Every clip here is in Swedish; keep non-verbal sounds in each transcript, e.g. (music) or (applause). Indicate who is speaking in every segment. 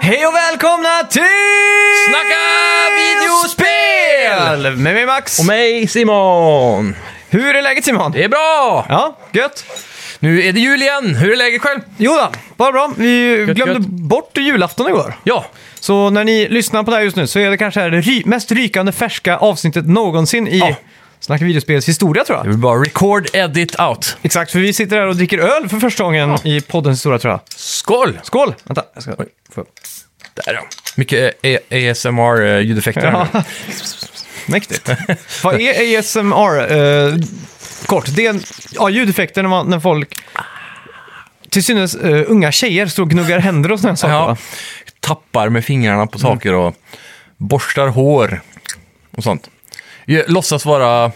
Speaker 1: Hej och välkomna till
Speaker 2: Snacka videospel!
Speaker 1: Med mig Max.
Speaker 2: Och mig Simon!
Speaker 1: Hur är läget Simon?
Speaker 2: Det är bra!
Speaker 1: Ja, gött.
Speaker 2: Nu är det jul igen, hur är läget själv?
Speaker 1: Jo då, bara bra. Vi glömde
Speaker 2: gött.
Speaker 1: bort julafton igår.
Speaker 2: Ja,
Speaker 1: Så när ni lyssnar på det här just nu så är det kanske här det ry- mest rykande färska avsnittet någonsin i
Speaker 2: Ja.
Speaker 1: Snacka videospels historia tror
Speaker 2: det
Speaker 1: jag.
Speaker 2: är bara record, edit, out.
Speaker 1: Exakt, för vi sitter här och dricker öl för första gången i poddens historia tror jag.
Speaker 2: Skål!
Speaker 1: Skål! Vänta, jag ska... Få...
Speaker 2: Där ja. Mycket E- ASMR-ljudeffekter
Speaker 1: Ja.
Speaker 2: eh, här nu.
Speaker 1: Mäktigt. Vad är ASMR? Eh, kort, det är en, ja, ljudeffekter när, man, när folk, till synes eh, unga tjejer, står och gnuggar händer och sådana saker.
Speaker 2: ja.
Speaker 1: Ja.
Speaker 2: Tappar med fingrarna på saker och borstar hår och sånt. Jag Låtsas vara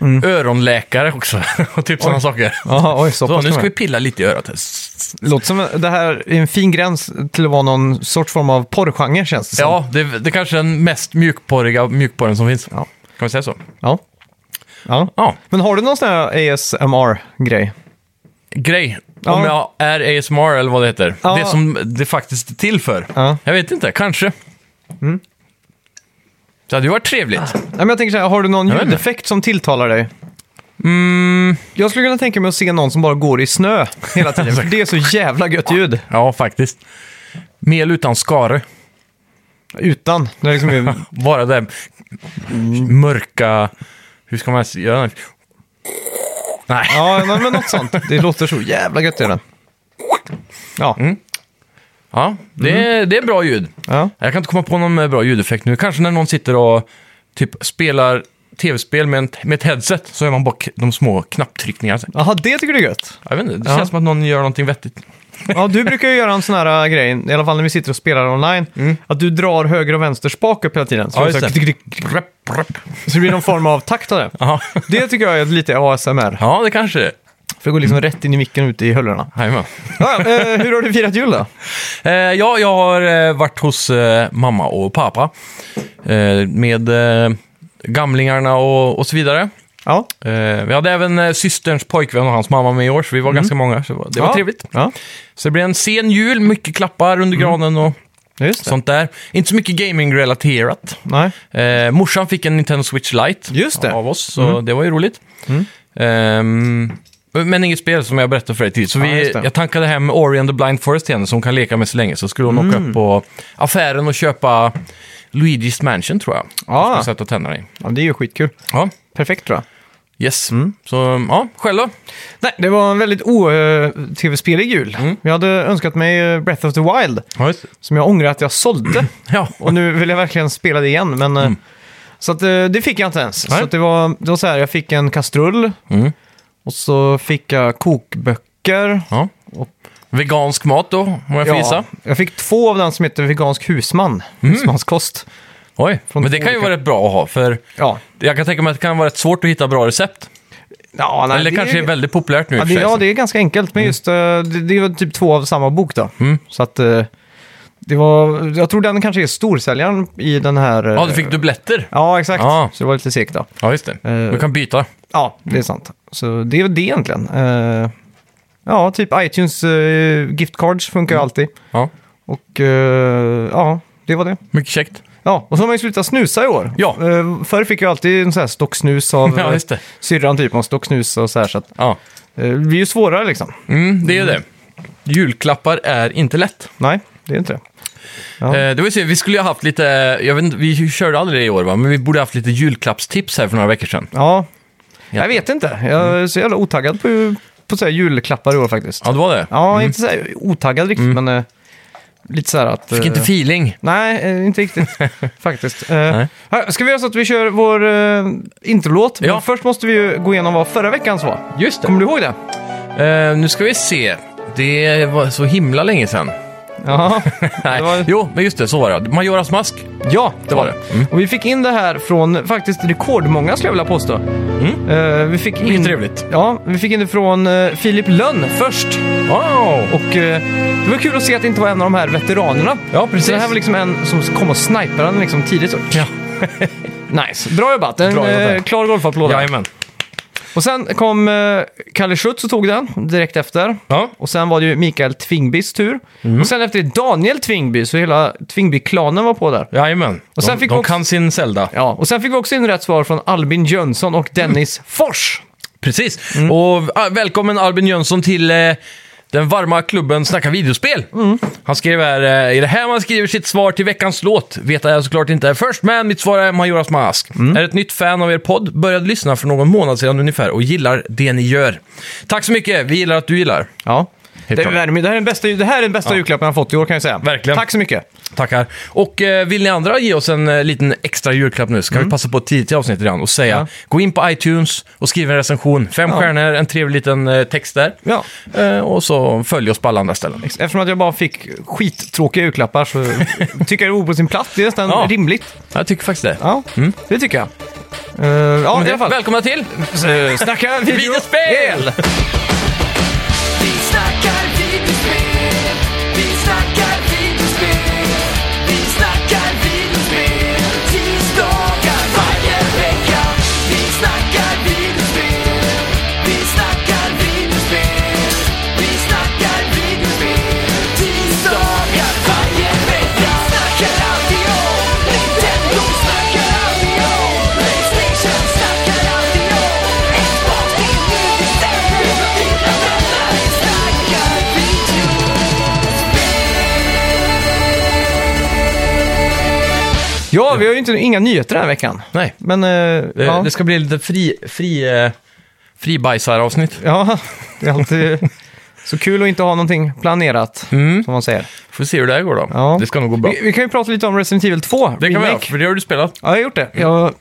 Speaker 2: Mm. öronläkare också (laughs) och typ sådana saker.
Speaker 1: Jaha, oj, så,
Speaker 2: Så,
Speaker 1: pass
Speaker 2: nu ska vi
Speaker 1: vi...
Speaker 2: pilla lite i örat.
Speaker 1: Låter som det här är en fin gräns till att vara någon sorts form av porrgenre känns det som.
Speaker 2: Ja, det, det kanske är den mest mjukporriga mjukporren som finns.
Speaker 1: Ja.
Speaker 2: Kan vi säga så?
Speaker 1: ja. Ja.
Speaker 2: Ja.
Speaker 1: Men har du någon sån här ASMR-grej?
Speaker 2: grej.
Speaker 1: Ja.
Speaker 2: Om jag är ASMR eller vad det heter.
Speaker 1: Ja.
Speaker 2: Det som det faktiskt är till för.
Speaker 1: Ja.
Speaker 2: Jag vet inte, kanske. Det hade ju varit trevligt.
Speaker 1: Nej, men jag tänker så här, har du någon
Speaker 2: vet inte. Mm.
Speaker 1: ljudeffekt som tilltalar dig? Jag skulle kunna tänka mig att se någon som bara går i snö hela tiden. för det är så jävla gött ljud.
Speaker 2: Ja, faktiskt. Mel utan skare.
Speaker 1: Utan. Det är liksom ju-
Speaker 2: Bara det mörka... Hur ska man ens göra det? Nej,
Speaker 1: ja, nej, men något sånt. Det låter så jävla gött. Gör det. Ja.
Speaker 2: Mm. ja, det, är- det är bra ljud.
Speaker 1: ja.
Speaker 2: Jag kan inte komma på någon eh, bra ljudeffekt nu. Kanske när någon sitter och typ spelar tv-spel med, en, med ett headset så är man bara k- de små knapptryckningarna. så här.
Speaker 1: Jaha, det tycker du är gött.
Speaker 2: Jag vet inte, det
Speaker 1: Ja.
Speaker 2: känns som att någon gör någonting vettigt.
Speaker 1: Ja, du brukar ju göra en sån här äh, grej, i alla fall när vi sitter och spelar online, att du drar höger och vänster spak upp hela tiden. Så,
Speaker 2: Mm.
Speaker 1: det,
Speaker 2: Ja,
Speaker 1: så,
Speaker 2: just
Speaker 1: här, klick, klick, klick,
Speaker 2: Rep, rep.
Speaker 1: så det blir någon form av takt av det.
Speaker 2: Ja.
Speaker 1: Det tycker jag är lite ASMR,
Speaker 2: (laughs) ja, det kanske det är.
Speaker 1: för det går liksom
Speaker 2: Mm.
Speaker 1: rätt in i micken och ut i höllerna.
Speaker 2: Jajamän.
Speaker 1: Ja, ja, eh, hur har du firat jul då?
Speaker 2: Eh, ja, jag har eh, varit hos eh, mamma och pappa eh, med eh, gamlingarna och, och så vidare.
Speaker 1: Ja,
Speaker 2: Eh, vi hade även eh, systerns pojkvän och hans mamma med i år, så vi var ganska många. Så det var, det var
Speaker 1: ja.
Speaker 2: trevligt.
Speaker 1: Ja,
Speaker 2: Så det blev en sen jul, mycket klappar under granen och
Speaker 1: just det.
Speaker 2: sånt där. Inte så mycket gaming-relaterat.
Speaker 1: Nej.
Speaker 2: Eh, morsan fick en Nintendo Switch Lite
Speaker 1: Just det.
Speaker 2: av oss, så det var ju roligt.
Speaker 1: Mm.
Speaker 2: Ehm, men inget spel som jag berättade för dig tidigare. Så
Speaker 1: Ja,
Speaker 2: vi,
Speaker 1: just det.
Speaker 2: jag tankade hem Ori and the Blind Forest till henne som kan leka med så länge. Så skulle hon åka
Speaker 1: Mm.
Speaker 2: upp på affären och köpa Luigi's Mansion tror jag.
Speaker 1: Ja.
Speaker 2: Ska sätta tänderna i.
Speaker 1: Ja, det är ju skitkul.
Speaker 2: Ja,
Speaker 1: Perfekt tror jag.
Speaker 2: yes.
Speaker 1: Mm.
Speaker 2: Så ja, själv då?
Speaker 1: Nej, det var en väldigt o-tv-spelig jul.
Speaker 2: Mm.
Speaker 1: Jag hade önskat mig eh, Breath of the Wild,
Speaker 2: Ja,
Speaker 1: som jag ångrar att jag sålde.
Speaker 2: (clears throat) ja.
Speaker 1: Och nu vill jag verkligen spela det igen, men... eh, Så att, eh, det fick jag inte ens.
Speaker 2: Mm. Nej.
Speaker 1: Så att det, var, det var så här, jag fick en kastrull
Speaker 2: Mm.
Speaker 1: och så fick jag kokböcker.
Speaker 2: ja. Vegansk mat då, om jag får gissa. Mm.
Speaker 1: jag fick två av den som heter Vegansk husman, husmanskost.
Speaker 2: Oj,
Speaker 1: Från
Speaker 2: men det
Speaker 1: två
Speaker 2: kan ju
Speaker 1: olika-
Speaker 2: vara rätt bra att ha. För
Speaker 1: Ja,
Speaker 2: jag kan tänka mig att det kan vara rätt svårt att hitta bra recept.
Speaker 1: ja nej,
Speaker 2: Eller kanske är väldigt populärt nu i
Speaker 1: Ja
Speaker 2: och
Speaker 1: det,
Speaker 2: för sig.
Speaker 1: ja, det är ganska enkelt,
Speaker 2: Mm.
Speaker 1: men just eh, det, det var typ två av samma bok då. Så att eh, det var, jag tror den kanske är storsäljaren i den här... eh,
Speaker 2: Ja, du fick dubbletter.
Speaker 1: Ja, exakt.
Speaker 2: Ja.
Speaker 1: Så det var lite segt då.
Speaker 2: Ja, just det.
Speaker 1: Eh.
Speaker 2: Du kan byta.
Speaker 1: Ja, det är sant. Så det är väl det egentligen. Eh, ja, typ iTunes uh, giftcards funkar
Speaker 2: Mm.
Speaker 1: ju alltid.
Speaker 2: Ja,
Speaker 1: Och eh, ja, det var det.
Speaker 2: mycket käckt.
Speaker 1: Ja, och så har man ju slutat snusa i år.
Speaker 2: Ja.
Speaker 1: Eh, förr fick jag alltid en sån här stocksnus av
Speaker 2: (laughs) Ja,
Speaker 1: eh,
Speaker 2: just det.
Speaker 1: syrran typ. Man stocksnus och så här. Så att,
Speaker 2: Ja.
Speaker 1: eh, det blir ju svårare liksom.
Speaker 2: Mm, det är det. Julklappar är inte lätt.
Speaker 1: Nej, det är inte det. Ja.
Speaker 2: Eh, det vill säga, vi skulle ju ha haft lite, jag vet inte, vi körde aldrig det i år va, men vi borde ha haft lite julklappstips här för några veckor sedan.
Speaker 1: Ja,
Speaker 2: Ja.
Speaker 1: jag vet inte. Jag är så jävla otaggad på, på så här julklappar i år faktiskt.
Speaker 2: Ja, det var det.
Speaker 1: Ja, inte så här otaggad riktigt, men eh, lite så här att...
Speaker 2: Mm. Fick inte
Speaker 1: eh,
Speaker 2: feeling.
Speaker 1: Nej, eh, inte
Speaker 2: (laughs)
Speaker 1: riktigt faktiskt. Eh,
Speaker 2: Nej.
Speaker 1: här, Ska vi göra så att vi kör vår eh, introlåt? Men
Speaker 2: Ja.
Speaker 1: först måste vi ju gå igenom vad förra veckans var.
Speaker 2: Just
Speaker 1: Kommer du ihåg det?
Speaker 2: Eh, nu ska vi se. Det var så himla länge sedan.
Speaker 1: Ja,
Speaker 2: (laughs) Nej.
Speaker 1: Det var-
Speaker 2: Jo, men just det, så var det. Majoras mask.
Speaker 1: ja det var
Speaker 2: Ja. Mm.
Speaker 1: det. Och vi fick in det här från faktiskt rekordmånga skulle jag vilja påstå. Mm. vi fick in...
Speaker 2: Mycket trevligt.
Speaker 1: Ja, vi fick in det från eh, Filip Lönn först.
Speaker 2: Wow!
Speaker 1: Och eh, det var kul att se att det inte var en av de här veteranerna.
Speaker 2: Ja, precis.
Speaker 1: Så det här var liksom en som kom och snipade den liksom tidigt. Så.
Speaker 2: Ja.
Speaker 1: (laughs) Nice. Bra jobbat. En
Speaker 2: Bra jobbat.
Speaker 1: eh, klar golfapplåd.
Speaker 2: Jajamän.
Speaker 1: Och sen kom eh, Kalle Schütz och tog den direkt efter.
Speaker 2: Ja.
Speaker 1: Och sen var det ju Mikael Tvingbys tur.
Speaker 2: Mm.
Speaker 1: Och sen efter det Daniel Tvingby, så hela Tvingby-klanen var på där.
Speaker 2: Jajamän.
Speaker 1: Och sen
Speaker 2: de
Speaker 1: fick
Speaker 2: de
Speaker 1: vi också-
Speaker 2: kan sin Zelda.
Speaker 1: Ja, och sen fick vi också in rätt svar från Albin Jönsson och
Speaker 2: Mm.
Speaker 1: Dennis Fors.
Speaker 2: Precis. Och ah, välkommen Albin Jönsson till eh, den varma klubben Snacka videospel. Han skrev här, eh, är det här man skriver sitt svar till veckans låt? Vet jag såklart inte först, men mitt svar är Majoras Mask. Är ett nytt fan av er podd, började lyssna för någon månad sedan ungefär och gillar det ni gör. Tack så mycket, vi gillar att du gillar.
Speaker 1: Ja. Det,
Speaker 2: klart.
Speaker 1: det, här, är- det här är den bästa, det här är den bästa julklappen jag har fått i år kan jag säga.
Speaker 2: Verkligen.
Speaker 1: Tack så mycket.
Speaker 2: Tackar. Och eh, vill ni andra ge oss en eh, liten extra julklapp nu så kan vi passa på ett tidigt avsnitt redan och säga
Speaker 1: Mm. Ja.
Speaker 2: gå in på iTunes och skriv en recension. Fem
Speaker 1: Ja.
Speaker 2: stjärnor, en trevlig liten eh, text där.
Speaker 1: Ja.
Speaker 2: Eh, och så följ oss på alla andra ställen.
Speaker 1: Eftersom att jag bara fick skittråkiga julklappar
Speaker 2: (laughs)
Speaker 1: så tycker jag det vore på sin plats. Det är nästan
Speaker 2: Ja. Mm.
Speaker 1: rimligt.
Speaker 2: Jag tycker faktiskt det.
Speaker 1: Ja, det tycker jag. Eh, ja, i alla fall.
Speaker 2: Välkomna till
Speaker 1: Eh, (laughs) Snacka
Speaker 2: Videospel!
Speaker 3: Vi snackar videospel, vi snackar videospel, vi snackar videospel, tisdagar varje vecka. Vi snackar videospel, vi snackar videospel, vi snackar videospel, tisdagar varje vecka. Snackar alltid om Nintendo, snackar alltid om Playstation, snackar alltid om Xbox, det är nu vi sänder. Dina vänner, vi snackar video.
Speaker 1: Ja, vi har ju inte, inga nyheter den här veckan.
Speaker 2: Nej,
Speaker 1: Men, eh,
Speaker 2: det,
Speaker 1: ja.
Speaker 2: det ska bli lite fri, fri, eh, fribajsar-avsnitt.
Speaker 1: ja, (laughs) det är alltid så kul att inte ha någonting planerat, som man säger.
Speaker 2: Får se hur det här går då.
Speaker 1: Ja.
Speaker 2: Det ska nog gå Mm. bra.
Speaker 1: Vi, vi kan ju prata lite om Resident Evil 2.
Speaker 2: Det kan vi göra,
Speaker 1: remake.
Speaker 2: för det har du spelat.
Speaker 1: Ja, jag har gjort
Speaker 2: Mm.
Speaker 1: det. Jag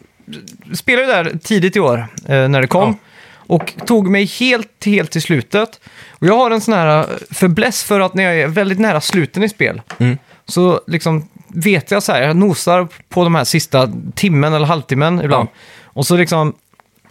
Speaker 1: spelade ju där tidigt i år eh, när det kom.
Speaker 2: Ja.
Speaker 1: Och tog mig helt, helt till slutet. Och jag har en sån här eh, fäbless för att när jag är väldigt nära sluten i spel
Speaker 2: Mm.
Speaker 1: så liksom vet jag så här, jag nosar på de här sista timmen eller halvtimmen ibland. Och så liksom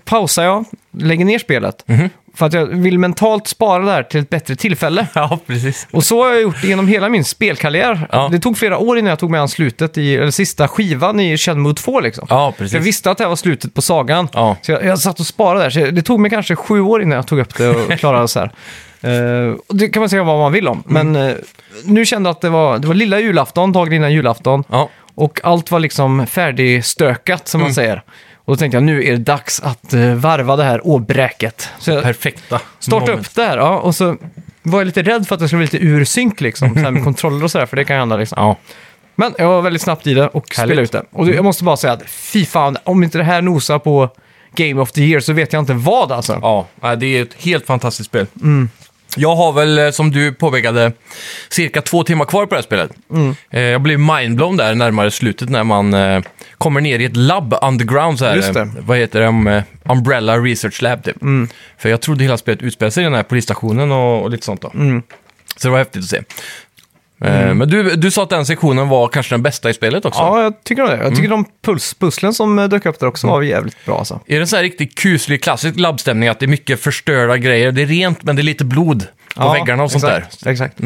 Speaker 1: pausar jag, lägger ner spelet.
Speaker 2: Mm-hmm.
Speaker 1: För att jag vill mentalt spara det här till ett bättre tillfälle.
Speaker 2: Ja, precis.
Speaker 1: Och så har jag gjort genom hela min spelkarriär.
Speaker 2: Ja.
Speaker 1: Det tog flera år innan jag tog mig an slutet, i, eller sista skivan i Shenmue 2 liksom.
Speaker 2: Ja,
Speaker 1: För jag
Speaker 2: precis.
Speaker 1: visste att det här var slutet på sagan.
Speaker 2: Ja.
Speaker 1: Så jag, jag satt och sparade där. Så jag- det tog mig kanske sju år innan jag tog upp det
Speaker 2: (laughs)
Speaker 1: och klarade så här. Eh, och det kan man säga vad man vill om. Men
Speaker 2: Mm.
Speaker 1: eh, nu kände jag att det var, det var lilla julafton, dagen innan julafton.
Speaker 2: Ja. Mm.
Speaker 1: Och allt var liksom färdigstökat som man säger. Och då tänkte jag nu är det dags att eh, varva det här åbräket. Så jag
Speaker 2: Perfekta.
Speaker 1: startade
Speaker 2: moment.
Speaker 1: upp där ja, och så var jag lite rädd för att det skulle bli lite ur synk liksom. Så här
Speaker 2: (laughs)
Speaker 1: med kontroller och sådär, för det kan hända liksom.
Speaker 2: Ja.
Speaker 1: Men jag var väldigt snabbt i det och spelade ut det.
Speaker 2: Mm.
Speaker 1: Och jag måste bara säga att fy fan, om inte det här nosar på Game of the Year så vet jag inte vad alltså.
Speaker 2: Ja, nej, det är ett helt fantastiskt spel. Jag har väl, eh, som du påpekade, cirka två timmar kvar på det här spelet.
Speaker 1: Mm.
Speaker 2: Eh, Jag blev mindblown där närmare slutet när man eh, kommer ner i ett labb underground. Så här,
Speaker 1: Just det. Mm.
Speaker 2: eh, Vad heter det? Um, eh, Umbrella Research Lab typ. För jag trodde hela spelet utspelade sig i den här polisstationen och, och lite sånt då.
Speaker 1: Mm.
Speaker 2: Så det var häftigt att se. Eh, Men du, du sa att den sektionen var kanske den bästa i spelet också.
Speaker 1: Ja, jag tycker om det.
Speaker 2: Mm.
Speaker 1: Jag tycker de pulspusslen som eh, dök upp där också var jävligt bra alltså.
Speaker 2: Är det en sån här riktigt kuslig klassisk labbstämning att det är mycket förstörda grejer? Det är rent men det är lite blod på
Speaker 1: ja,
Speaker 2: väggarna och sånt där.
Speaker 1: exakt, Exakt.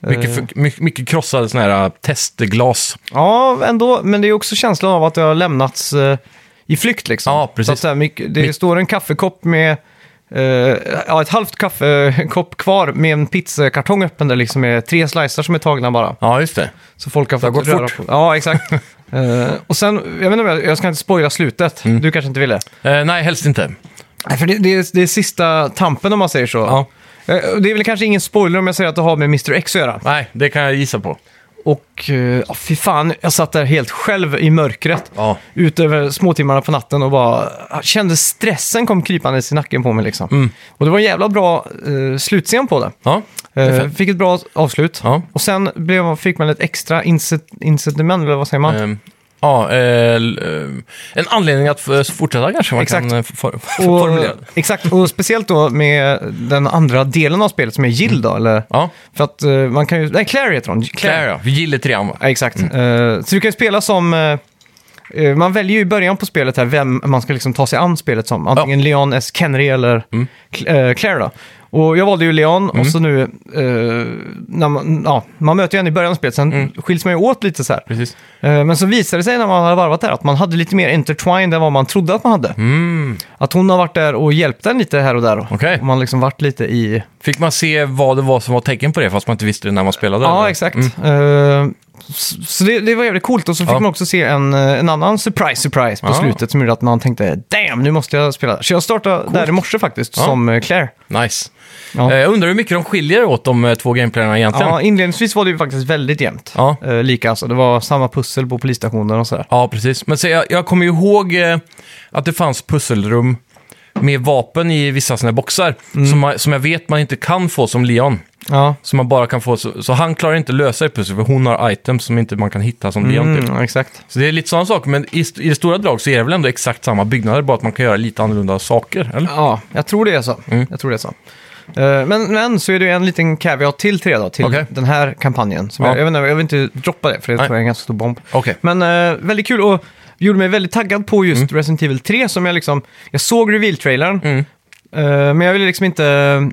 Speaker 2: Mycket, för, mycket, mycket krossade såna här äh, testglas.
Speaker 1: Ja, ändå, men det är också känslan av att det har lämnats eh, i flykt liksom.
Speaker 2: Ja, precis.
Speaker 1: Så att, så här, mycket, det
Speaker 2: Mycket-
Speaker 1: står en kaffekopp med eh, ja, ett halvt kaffekopp kvar med en pizzakartong öppen där liksom med tre slicer som är tagna bara.
Speaker 2: Ja, just det.
Speaker 1: Så folk har
Speaker 2: Det har
Speaker 1: fått
Speaker 2: gått
Speaker 1: röra
Speaker 2: fort.
Speaker 1: på. Ja, (laughs) exakt. Eh, och sen, jag vet inte, om jag- jag ska inte spoila slutet. Du kanske inte ville?
Speaker 2: Eh, nej, helst inte.
Speaker 1: Mm. Nej, för det, det, är, det är sista tampen om man säger så.
Speaker 2: Ja.
Speaker 1: Eh, och Det är väl kanske ingen spoiler om jag säger att det har med Mr X att göra.
Speaker 2: Nej, det kan jag gissa på.
Speaker 1: Och eh, ja, fy fan, jag satt där helt själv i mörkret.
Speaker 2: Ja.
Speaker 1: Ut över småtimmarna på natten och bara jag kände stressen kom krypande i nacken på mig liksom. Och det var en jävla bra eh, slutscen på det.
Speaker 2: Ja,
Speaker 1: Eh, fick ett bra avslut.
Speaker 2: Ja.
Speaker 1: Och sen blev, fick man ett extra incit- incitament, eller vad säger man?
Speaker 2: Ehm, ja eh, l- ehm, en anledning att f- fortsätta kanske man
Speaker 1: Exakt.
Speaker 2: kan eh, for, for,
Speaker 1: Och,
Speaker 2: formulera.
Speaker 1: exakt, och speciellt då med den andra delen av spelet som är Jill då, eller?
Speaker 2: Ja,
Speaker 1: För att eh, man kan ju... Nej, Claire heter hon.
Speaker 2: Claire ja. Vi gillar trean va?
Speaker 1: Ja, exakt. Eh, så du kan ju spela som eh, eh, man väljer ju i början på spelet här vem man ska liksom ta sig an spelet som. Antingen Leon S. Kennery eller Cl- eh, Claire då. Och jag valde ju Leon och så nu, eh, när man, ja, man möter ju henne i början av spelet, sen skiljs man ju åt lite så här.
Speaker 2: Precis.
Speaker 1: Eh, Men så visade det sig när man hade varvat där att man hade lite mer intertwined än vad man trodde att man hade.
Speaker 2: Mm.
Speaker 1: Att hon har varit där och hjälpt den lite här och där.
Speaker 2: Okej.
Speaker 1: Och man liksom varit lite i...
Speaker 2: Fick man se vad det var som var tecken på det fast man inte visste det när man spelade?
Speaker 1: Ja,
Speaker 2: eller?
Speaker 1: exakt. Eh, s- Så det, det var jävligt coolt och så fick
Speaker 2: Mm. Ja.
Speaker 1: man också se en, eh, en annan surprise surprise på
Speaker 2: Ah.
Speaker 1: slutet som gjorde att man tänkte damn, nu måste jag spela. Så jag startade där i morse faktiskt
Speaker 2: Ja.
Speaker 1: som eh, Claire.
Speaker 2: Nice.
Speaker 1: Ja.
Speaker 2: Eh, Jag undrar hur mycket de skiljer åt de eh, två gameplayerna egentligen.
Speaker 1: Ja,
Speaker 2: Ja,
Speaker 1: inledningsvis var det ju faktiskt väldigt jämnt.
Speaker 2: Ja.
Speaker 1: Eh, Lika alltså, det var samma pussel på polisstationen och sådär.
Speaker 2: precis. Men så jag, jag kommer ju ihåg eh, att det fanns pusselrum med vapen i vissa sådana här boxar
Speaker 1: Mm.
Speaker 2: som, man, som jag vet man inte kan få som Leon.
Speaker 1: Ja,
Speaker 2: Som man bara kan få, så, så han klarar inte lösa det pusslet för hon har items som inte man kan hitta som Leon. Typ.
Speaker 1: mm, exakt.
Speaker 2: Så det är lite sådana saker, men i, st- i det stora drag så är det väl ändå exakt samma byggnader, bara att man kan göra lite annorlunda saker, eller?
Speaker 1: Ja, jag tror det är så.
Speaker 2: Mm.
Speaker 1: Jag tror det är så. Eh, Men, men så är det ju en liten caveat till till det då, till
Speaker 2: Okej.
Speaker 1: den här kampanjen. Som
Speaker 2: Ja.
Speaker 1: jag, jag, vet inte, jag vill inte droppa det, för det
Speaker 2: Nej.
Speaker 1: tror jag är en ganska stor bomb.
Speaker 2: Okej.
Speaker 1: Men eh, väldigt kul och gjorde mig väldigt taggad på just
Speaker 2: Mm.
Speaker 1: Resident Evil 3 som jag liksom... Jag såg reveal-trailern, eh, men jag ville liksom inte eh,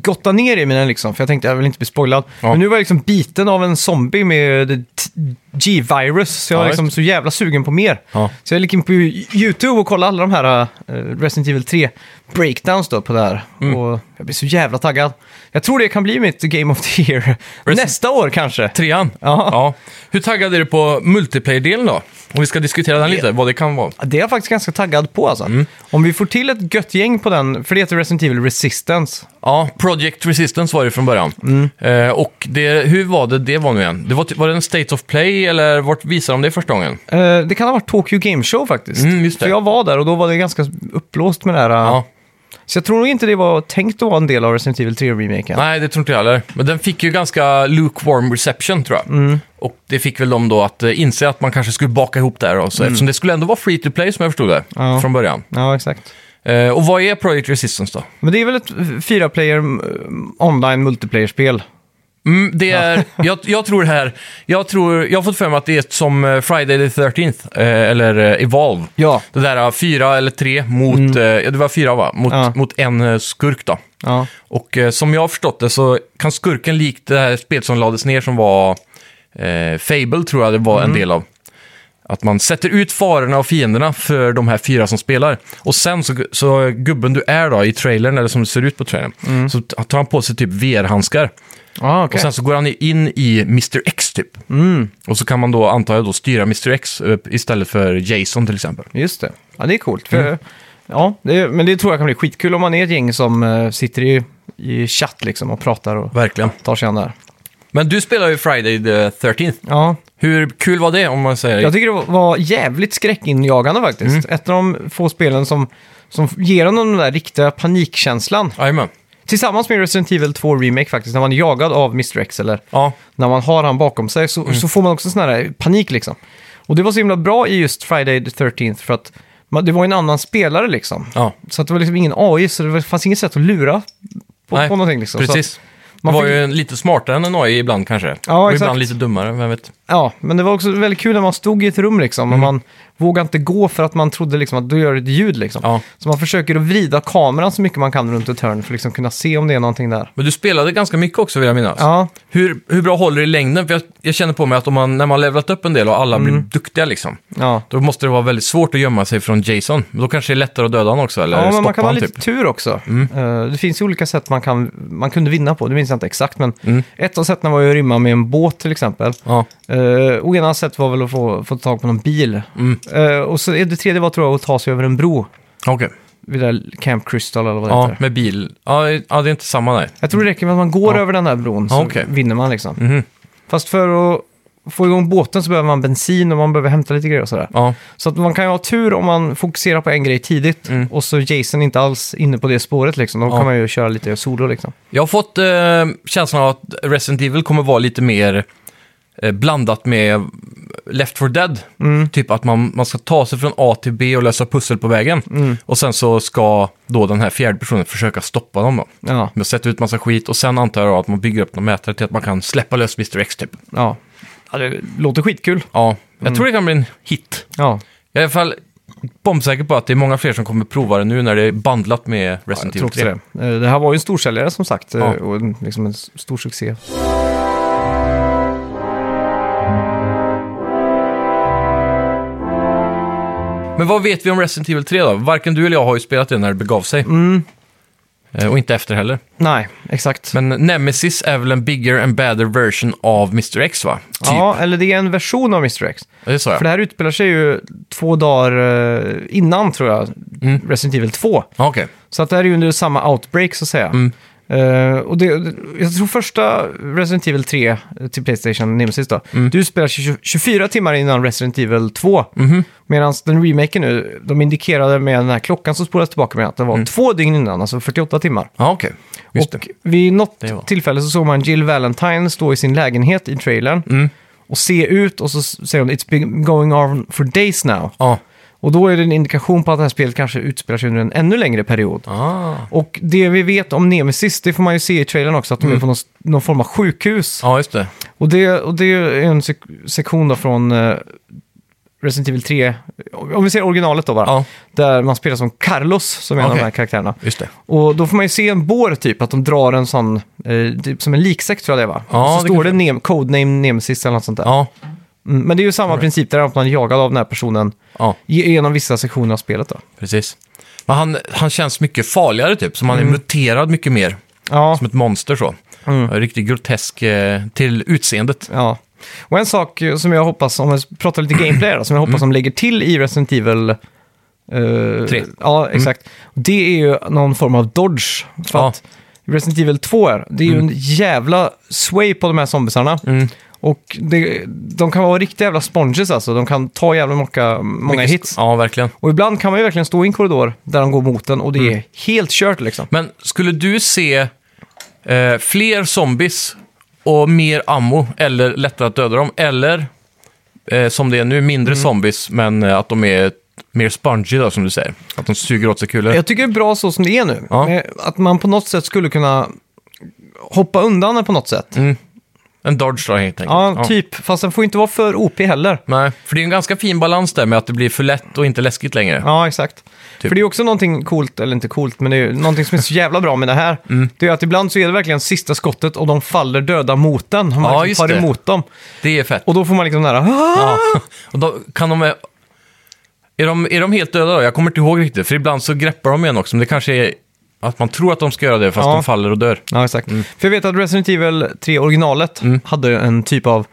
Speaker 1: gotta ner i mina liksom, för jag tänkte jag vill inte bli spoilad.
Speaker 2: Ja.
Speaker 1: Men nu var jag liksom biten av en zombie med eh, t- G-virus, så jag
Speaker 2: Ja,
Speaker 1: var
Speaker 2: just
Speaker 1: liksom så jävla sugen på mer.
Speaker 2: Ja.
Speaker 1: Så jag gick in på YouTube och kollade alla de här eh, Resident Evil 3 breakdowns då på det här.
Speaker 2: Mm.
Speaker 1: Och jag blir så jävla taggad. Jag tror det kan bli mitt Game of the Year nästa år kanske.
Speaker 2: Trean?
Speaker 1: Ja.
Speaker 2: Hur taggad är du på multiplayer-delen då? Om vi ska diskutera den lite, vad det kan vara.
Speaker 1: Det är jag faktiskt ganska taggad på alltså.
Speaker 2: Mm.
Speaker 1: Om vi får till ett gött gäng på den, för det heter Resident Evil Resistance.
Speaker 2: Ja, Project Resistance var det från början. Eh, och det, hur var det det var nu igen? Det var, ty- var det en State of Play, eller vart visade de det första gången?
Speaker 1: Eh, det kan ha varit Tokyo Game Show faktiskt.
Speaker 2: Mm, just det.
Speaker 1: För jag var där och då var det ganska uppblåst med det här. eh,
Speaker 2: Ja.
Speaker 1: Så jag tror nog inte det var tänkt att vara en del av Resident Evil 3-remaken.
Speaker 2: Nej, det tror inte jag heller. Men den fick ju ganska lukewarm reception, tror jag. Och det fick väl dem då att eh, inse att man kanske skulle baka ihop det här. Också, Eftersom det skulle ändå vara free to play, som jag förstod det,
Speaker 1: Ja.
Speaker 2: från början.
Speaker 1: Ja, exakt.
Speaker 2: Eh, och vad är Project Resistance då?
Speaker 1: Men det är väl ett eh, fyra player eh, online multiplayer-spel.
Speaker 2: Mm, det är, jag, jag tror det här, jag, tror, jag har fått för mig att det är som eh, Friday the 13th, eh, eller eh, Evolve.
Speaker 1: Ja.
Speaker 2: Det där eh, fyra eller tre mot, eh, ja, det var fyra va? Mot,
Speaker 1: Ja.
Speaker 2: mot en eh, skurk då.
Speaker 1: Ja.
Speaker 2: Och eh, som jag har förstått det så kan skurken likt det här spelet som lades ner som var eh, Fable tror jag det var en del av. Att man sätter ut farorna och fienderna för de här fyra som spelar. Och sen så, så gubben du är då i trailern, eller som det ser ut på trailern, så tar han på sig typ VR-handskar.
Speaker 1: Ah, okay.
Speaker 2: Och sen så går han in i Mr X typ. Och så kan man då, antar jag, då styra Mr X eh, istället för Jason till exempel.
Speaker 1: Just det. Ja, det är coolt. För,
Speaker 2: Mm.
Speaker 1: Ja, det, men det tror jag kan bli skitkul om man är ett gäng som eh, sitter i, i chatt liksom och pratar och
Speaker 2: Verkligen.
Speaker 1: tar sig an det här.
Speaker 2: Men du spelar ju Friday the 13th.
Speaker 1: Ja,
Speaker 2: Hur kul var det om man säger?
Speaker 1: jag tycker det var jävligt skräckinjagande faktiskt.
Speaker 2: Mm.
Speaker 1: Ett av de få spelen som, som ger honom den där riktiga panikkänslan.
Speaker 2: Jajamän.
Speaker 1: Tillsammans med Resident Evil 2 Remake faktiskt, när man är jagad av Mr. X eller
Speaker 2: Ja,
Speaker 1: när man har han bakom sig så,
Speaker 2: Mm.
Speaker 1: så får man också sån här panik liksom. Och det var så himla bra i just Friday the 13th för att man, det var en annan spelare liksom.
Speaker 2: ja.
Speaker 1: Så att det var liksom ingen AI, så det var- fanns inget sätt att lura på,
Speaker 2: Nej,
Speaker 1: på någonting. Liksom. Så
Speaker 2: Precis.
Speaker 1: man
Speaker 2: Man var
Speaker 1: fick-
Speaker 2: ju en lite smartare än en AI ibland kanske.
Speaker 1: Ja,
Speaker 2: och
Speaker 1: exakt.
Speaker 2: ibland lite dummare, vem vet.
Speaker 1: att, ja, men det var också väldigt kul när man stod i ett rum liksom,
Speaker 2: Mm.
Speaker 1: och man vågade inte gå för att man trodde liksom, att du gör det ett ljud. Liksom.
Speaker 2: Ja.
Speaker 1: Så man försöker att vrida kameran så mycket man kan runt ett hörn för att liksom kunna se om det är någonting där.
Speaker 2: Men du spelade ganska mycket också vill jag minnas.
Speaker 1: Ja,
Speaker 2: Hur, hur bra håller det i längden? För jag, jag känner på mig att om man, när man levlat upp en del och alla
Speaker 1: Mm.
Speaker 2: blir duktiga liksom,
Speaker 1: ja.
Speaker 2: då måste det vara väldigt svårt att gömma sig från Jason. Men Då kanske det är lättare att döda honom också, eller
Speaker 1: Ja,
Speaker 2: stoppa
Speaker 1: men man kan ha
Speaker 2: honom
Speaker 1: lite
Speaker 2: typ.
Speaker 1: tur också. Eh, det finns ju olika sätt man, kan, man kunde vinna på, det minns jag inte exakt. Men
Speaker 2: Mm.
Speaker 1: ett av sätten var ju att rymma med en båt till exempel.
Speaker 2: Ja,
Speaker 1: Uh, och ena sätt var väl att få, få tag på någon bil.
Speaker 2: Mm.
Speaker 1: Eh, och så det tredje var tror jag att ta sig över en bro
Speaker 2: okej.
Speaker 1: vid det där Camp Crystal eller vad det
Speaker 2: Ja,
Speaker 1: heter.
Speaker 2: med bil. Ja, ja, det är inte samma där.
Speaker 1: Jag tror det räcker med att man går
Speaker 2: Ja.
Speaker 1: över den där bron så
Speaker 2: Ja, okej. Mhm.
Speaker 1: vinner man liksom. Fast för att få igång båten så behöver man bensin och man behöver hämta lite grejer och sådär.
Speaker 2: Ja,
Speaker 1: Så att man kan ju ha tur om man fokuserar på en grej tidigt och så Jason inte alls inne på det spåret liksom. Då
Speaker 2: Mm. Ja.
Speaker 1: kan man ju köra lite solo liksom.
Speaker 2: jag har fått eh, känslan av att Resident Evil kommer vara lite mer eh, blandat med Left 4 Dead.
Speaker 1: Mm.
Speaker 2: Typ att man, man ska ta sig från A till B och lösa pussel på vägen.
Speaker 1: Mm.
Speaker 2: Och sen så ska då den här fjärde personen försöka stoppa dem då.
Speaker 1: Ja,
Speaker 2: Man sätter ut massa skit och sen antar jag då att man bygger upp några mätare till att man kan släppa lös Mr X typ.
Speaker 1: ja. Ja, det låter skitkul.
Speaker 2: Ja, jag
Speaker 1: Mm.
Speaker 2: tror det kan bli en hit.
Speaker 1: Ja,
Speaker 2: Jag är i alla fall bombsäker på att det är många fler som kommer prova det nu när det är bandlat med
Speaker 1: jag
Speaker 2: Resident
Speaker 1: tror
Speaker 2: Evil
Speaker 1: också
Speaker 2: 3.
Speaker 1: det. Eh, Det här var ju en storsäljare som sagt eh,
Speaker 2: Ja.
Speaker 1: och en- liksom en s- stor succé.
Speaker 2: Men vad vet vi om Resident Evil 3 då? Varken du eller jag har ju spelat det när det begav sig.
Speaker 1: Mm.
Speaker 2: Eh, Och inte efter heller.
Speaker 1: Nej, exakt.
Speaker 2: Men Nemesis är väl en bigger and badder version av Mr X va? Typ.
Speaker 1: Ja, eller det är en version av Mr. X.
Speaker 2: Det sa jag.
Speaker 1: För det här utspelar sig ju två dagar eh, innan, tror jag,
Speaker 2: Mm.
Speaker 1: Resident Evil 2.
Speaker 2: Ja, Okej.
Speaker 1: Så att det här är ju under samma outbreak, så att säga.
Speaker 2: Mm.
Speaker 1: Eh, och det, jag tror första Resident Evil 3 till Playstation Nemesis då,
Speaker 2: Mm.
Speaker 1: du spelar 20, 24 timmar innan Resident Evil 2.
Speaker 2: Mhm.
Speaker 1: Medan den remaken nu, de indikerade med den här klockan som spolas tillbaka med att det var
Speaker 2: Mm.
Speaker 1: två dygn innan, alltså 48 timmar.
Speaker 2: Ja, okej. Just
Speaker 1: och vid något
Speaker 2: Det var.
Speaker 1: tillfälle så såg man Jill Valentine stå i sin lägenhet i trailern
Speaker 2: Mm.
Speaker 1: och se ut och så s- säger hon “It's been going on for days now”.
Speaker 2: Ja.
Speaker 1: Och då är det en indikation på att det här spelet kanske utspelar sig under en ännu längre period.
Speaker 2: Ah.
Speaker 1: Och det vi vet om Nemesis, det får man ju se i trailern också, att de är på någon, någon form av sjukhus.
Speaker 2: Mm. Ja, just det.
Speaker 1: Och, det, och det är en sek- sektion då från eh, Resident Evil 3, om vi ser originalet då bara,
Speaker 2: Ja.
Speaker 1: där man spelar som Carlos, som är en av
Speaker 2: Okej.
Speaker 1: de här karaktärerna.
Speaker 2: Just det.
Speaker 1: Och då får man ju se en bår typ, att de drar en sån, eh, typ som en liksäck tror jag det var.
Speaker 2: Ja,
Speaker 1: och så
Speaker 2: det
Speaker 1: står det
Speaker 2: kanske-
Speaker 1: nem- codename Nemesis eller något sånt där.
Speaker 2: Ja.
Speaker 1: Mm, men det är ju samma princip där, att man är jagad av den här personen
Speaker 2: Ja,
Speaker 1: ge- genom vissa sektioner av spelet då.
Speaker 2: precis. Men han, han känns mycket farligare typ, som han är muterad mycket mer.
Speaker 1: Mm. Ja. Mm.
Speaker 2: Som ett monster så. Ja, Riktigt grotesk eh, till utseendet.
Speaker 1: Ja. Och en sak eh, som jag hoppas, om jag pratar lite gameplay då, som jag hoppas de lägger till i Resident Evil... eh,
Speaker 2: Mm. Tre. Mm.
Speaker 1: Ja, exakt. Det är ju någon form av dodge. För
Speaker 2: Ja.
Speaker 1: att Resident Evil 2 är, det är
Speaker 2: Mm.
Speaker 1: ju en jävla sway på de här zombisarna. Och det, de kan vara riktiga jävla sponges alltså. De kan ta jävla många, många
Speaker 2: Mycket sk-
Speaker 1: hits.
Speaker 2: Ja, verkligen.
Speaker 1: Och ibland kan man ju verkligen stå i en korridor där de går mot en och det
Speaker 2: Mm.
Speaker 1: är helt kört liksom.
Speaker 2: Men skulle du se eh, fler zombies och mer ammo, eller lättare att döda dem, eller eh, som det är nu, mindre
Speaker 1: Mm.
Speaker 2: zombies, men eh, att de är mer spongy då, som du säger? Att de suger åt sig kulor?
Speaker 1: Jag tycker det är bra så som det är nu.
Speaker 2: Ja.
Speaker 1: Eh, Att man på något sätt skulle kunna hoppa undan det på något sätt.
Speaker 2: Mm. En dodge då, helt enkelt.
Speaker 1: Ja, typ. Fast den får inte vara för OP heller.
Speaker 2: Nej, för det är en ganska fin balans där med att det blir för lätt och inte läskigt längre.
Speaker 1: Ja, exakt.
Speaker 2: Typ.
Speaker 1: För det är också någonting coolt, eller inte coolt, men det är ju någonting som är så jävla bra med det här.
Speaker 2: Mm.
Speaker 1: Det är att ibland så är det verkligen sista skottet och de faller döda mot den. Man
Speaker 2: Ja, just
Speaker 1: liksom tar
Speaker 2: det.
Speaker 1: emot dem.
Speaker 2: Det är fett.
Speaker 1: Och då får man liksom nära... "Ah!"
Speaker 2: Ja. (laughs) Och då kan de... Är de, är de helt döda då? Jag kommer inte ihåg riktigt, för ibland så greppar de igen också. Men det kanske är att man tror att de ska göra det, fast
Speaker 1: Ja.
Speaker 2: de faller och dör.
Speaker 1: Ja, exakt.
Speaker 2: Mm.
Speaker 1: För jag vet att Resident Evil 3 originalet hade en typ av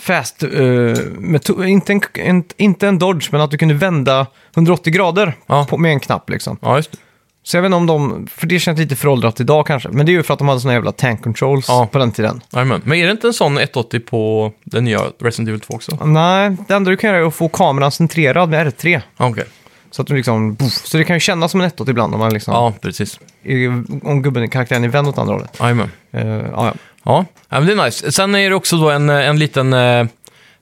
Speaker 1: fast... eh, meto- inte, en, en, inte en dodge, men att du kunde vända 180 grader
Speaker 2: Ja.
Speaker 1: på, med en knapp liksom.
Speaker 2: Ja, just det.
Speaker 1: Så jag vet inte om de... För det känns lite föråldrat idag kanske. Men det är ju för att de hade såna jävla tank controls
Speaker 2: Ja.
Speaker 1: på den tiden.
Speaker 2: Jajamän. Men är det inte en sån 180 på den nya Resident Evil 2 också?
Speaker 1: Nej, det enda du kan göra är att få kameran centrerad med R3.
Speaker 2: Okej.
Speaker 1: Så att du liksom... Poof, så det kan ju kännas som en ettot ibland om man liksom...
Speaker 2: Ja, precis.
Speaker 1: är- Om gubben, karaktären är vänd åt andra hållet.
Speaker 2: Jajamän.
Speaker 1: Eh, ja, ja.
Speaker 2: Ja. ja, men det är nice. Sen är det också då en, en liten eh,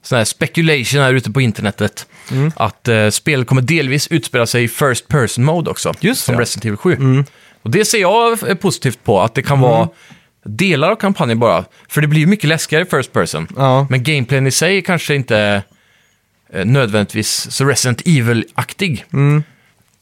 Speaker 2: sån här speculation här ute på internetet.
Speaker 1: Mm.
Speaker 2: Att eh, spelet kommer delvis utspela sig i first person mode också.
Speaker 1: Just
Speaker 2: som
Speaker 1: det. Mm.
Speaker 2: Resident Evil 7. Och det ser jag eh, positivt på, att det kan vara delar av kampanjen bara. För det blir ju mycket läskigare i first person.
Speaker 1: Ja.
Speaker 2: Men gameplayen i sig är kanske inte eh, nödvändigtvis så Resident Evil-aktig.
Speaker 1: Mm.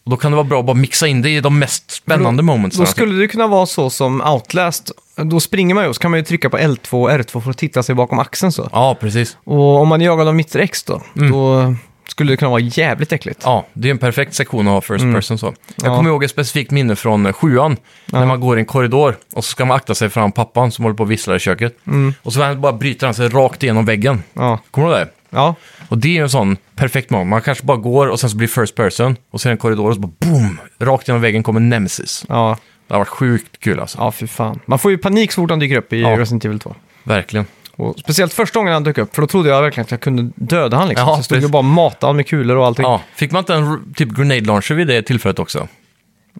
Speaker 2: Och Då kan det vara bra att bara mixa in det i de mest spännande momentsen.
Speaker 1: Då skulle det kunna vara så som Outlast. Då springer man ju och så kan man ju trycka på L2 och R2 för att titta sig bakom axeln så.
Speaker 2: Ja, precis.
Speaker 1: Och om man är jagad av Mr X då,
Speaker 2: Mm.
Speaker 1: då skulle det kunna vara jävligt äckligt.
Speaker 2: Ja, det är en perfekt sektion att ha first person så. Jag
Speaker 1: Mm. Ja.
Speaker 2: kommer ihåg ett specifikt minne från eh, sjuan, när man går i en korridor och så ska man akta sig fram pappan som håller på och visslar i köket. Och så bara bryter han sig rakt igenom väggen.
Speaker 1: Mm. Ja.
Speaker 2: Kommer du ihåg det?
Speaker 1: Ja,
Speaker 2: Och det är ju en sån perfekt moment. Man kanske bara går och sen så blir first person och sen en korridor och så bara boom! Rakt genom väggen kommer Nemesis.
Speaker 1: ja.
Speaker 2: Det har varit sjukt kul alltså.
Speaker 1: ja fy fan. Man får ju panik så fort han dyker upp i
Speaker 2: Ja.
Speaker 1: Resident Evil 2.
Speaker 2: Verkligen.
Speaker 1: Och speciellt första gången han dök upp, för då trodde jag verkligen att jag kunde döda han liksom.
Speaker 2: Ja,
Speaker 1: så jag stod ju
Speaker 2: precis.
Speaker 1: bara och matade honom med kulor och allting.
Speaker 2: Ja. Fick man inte en r- typ grenade launcher vid det tillfället också?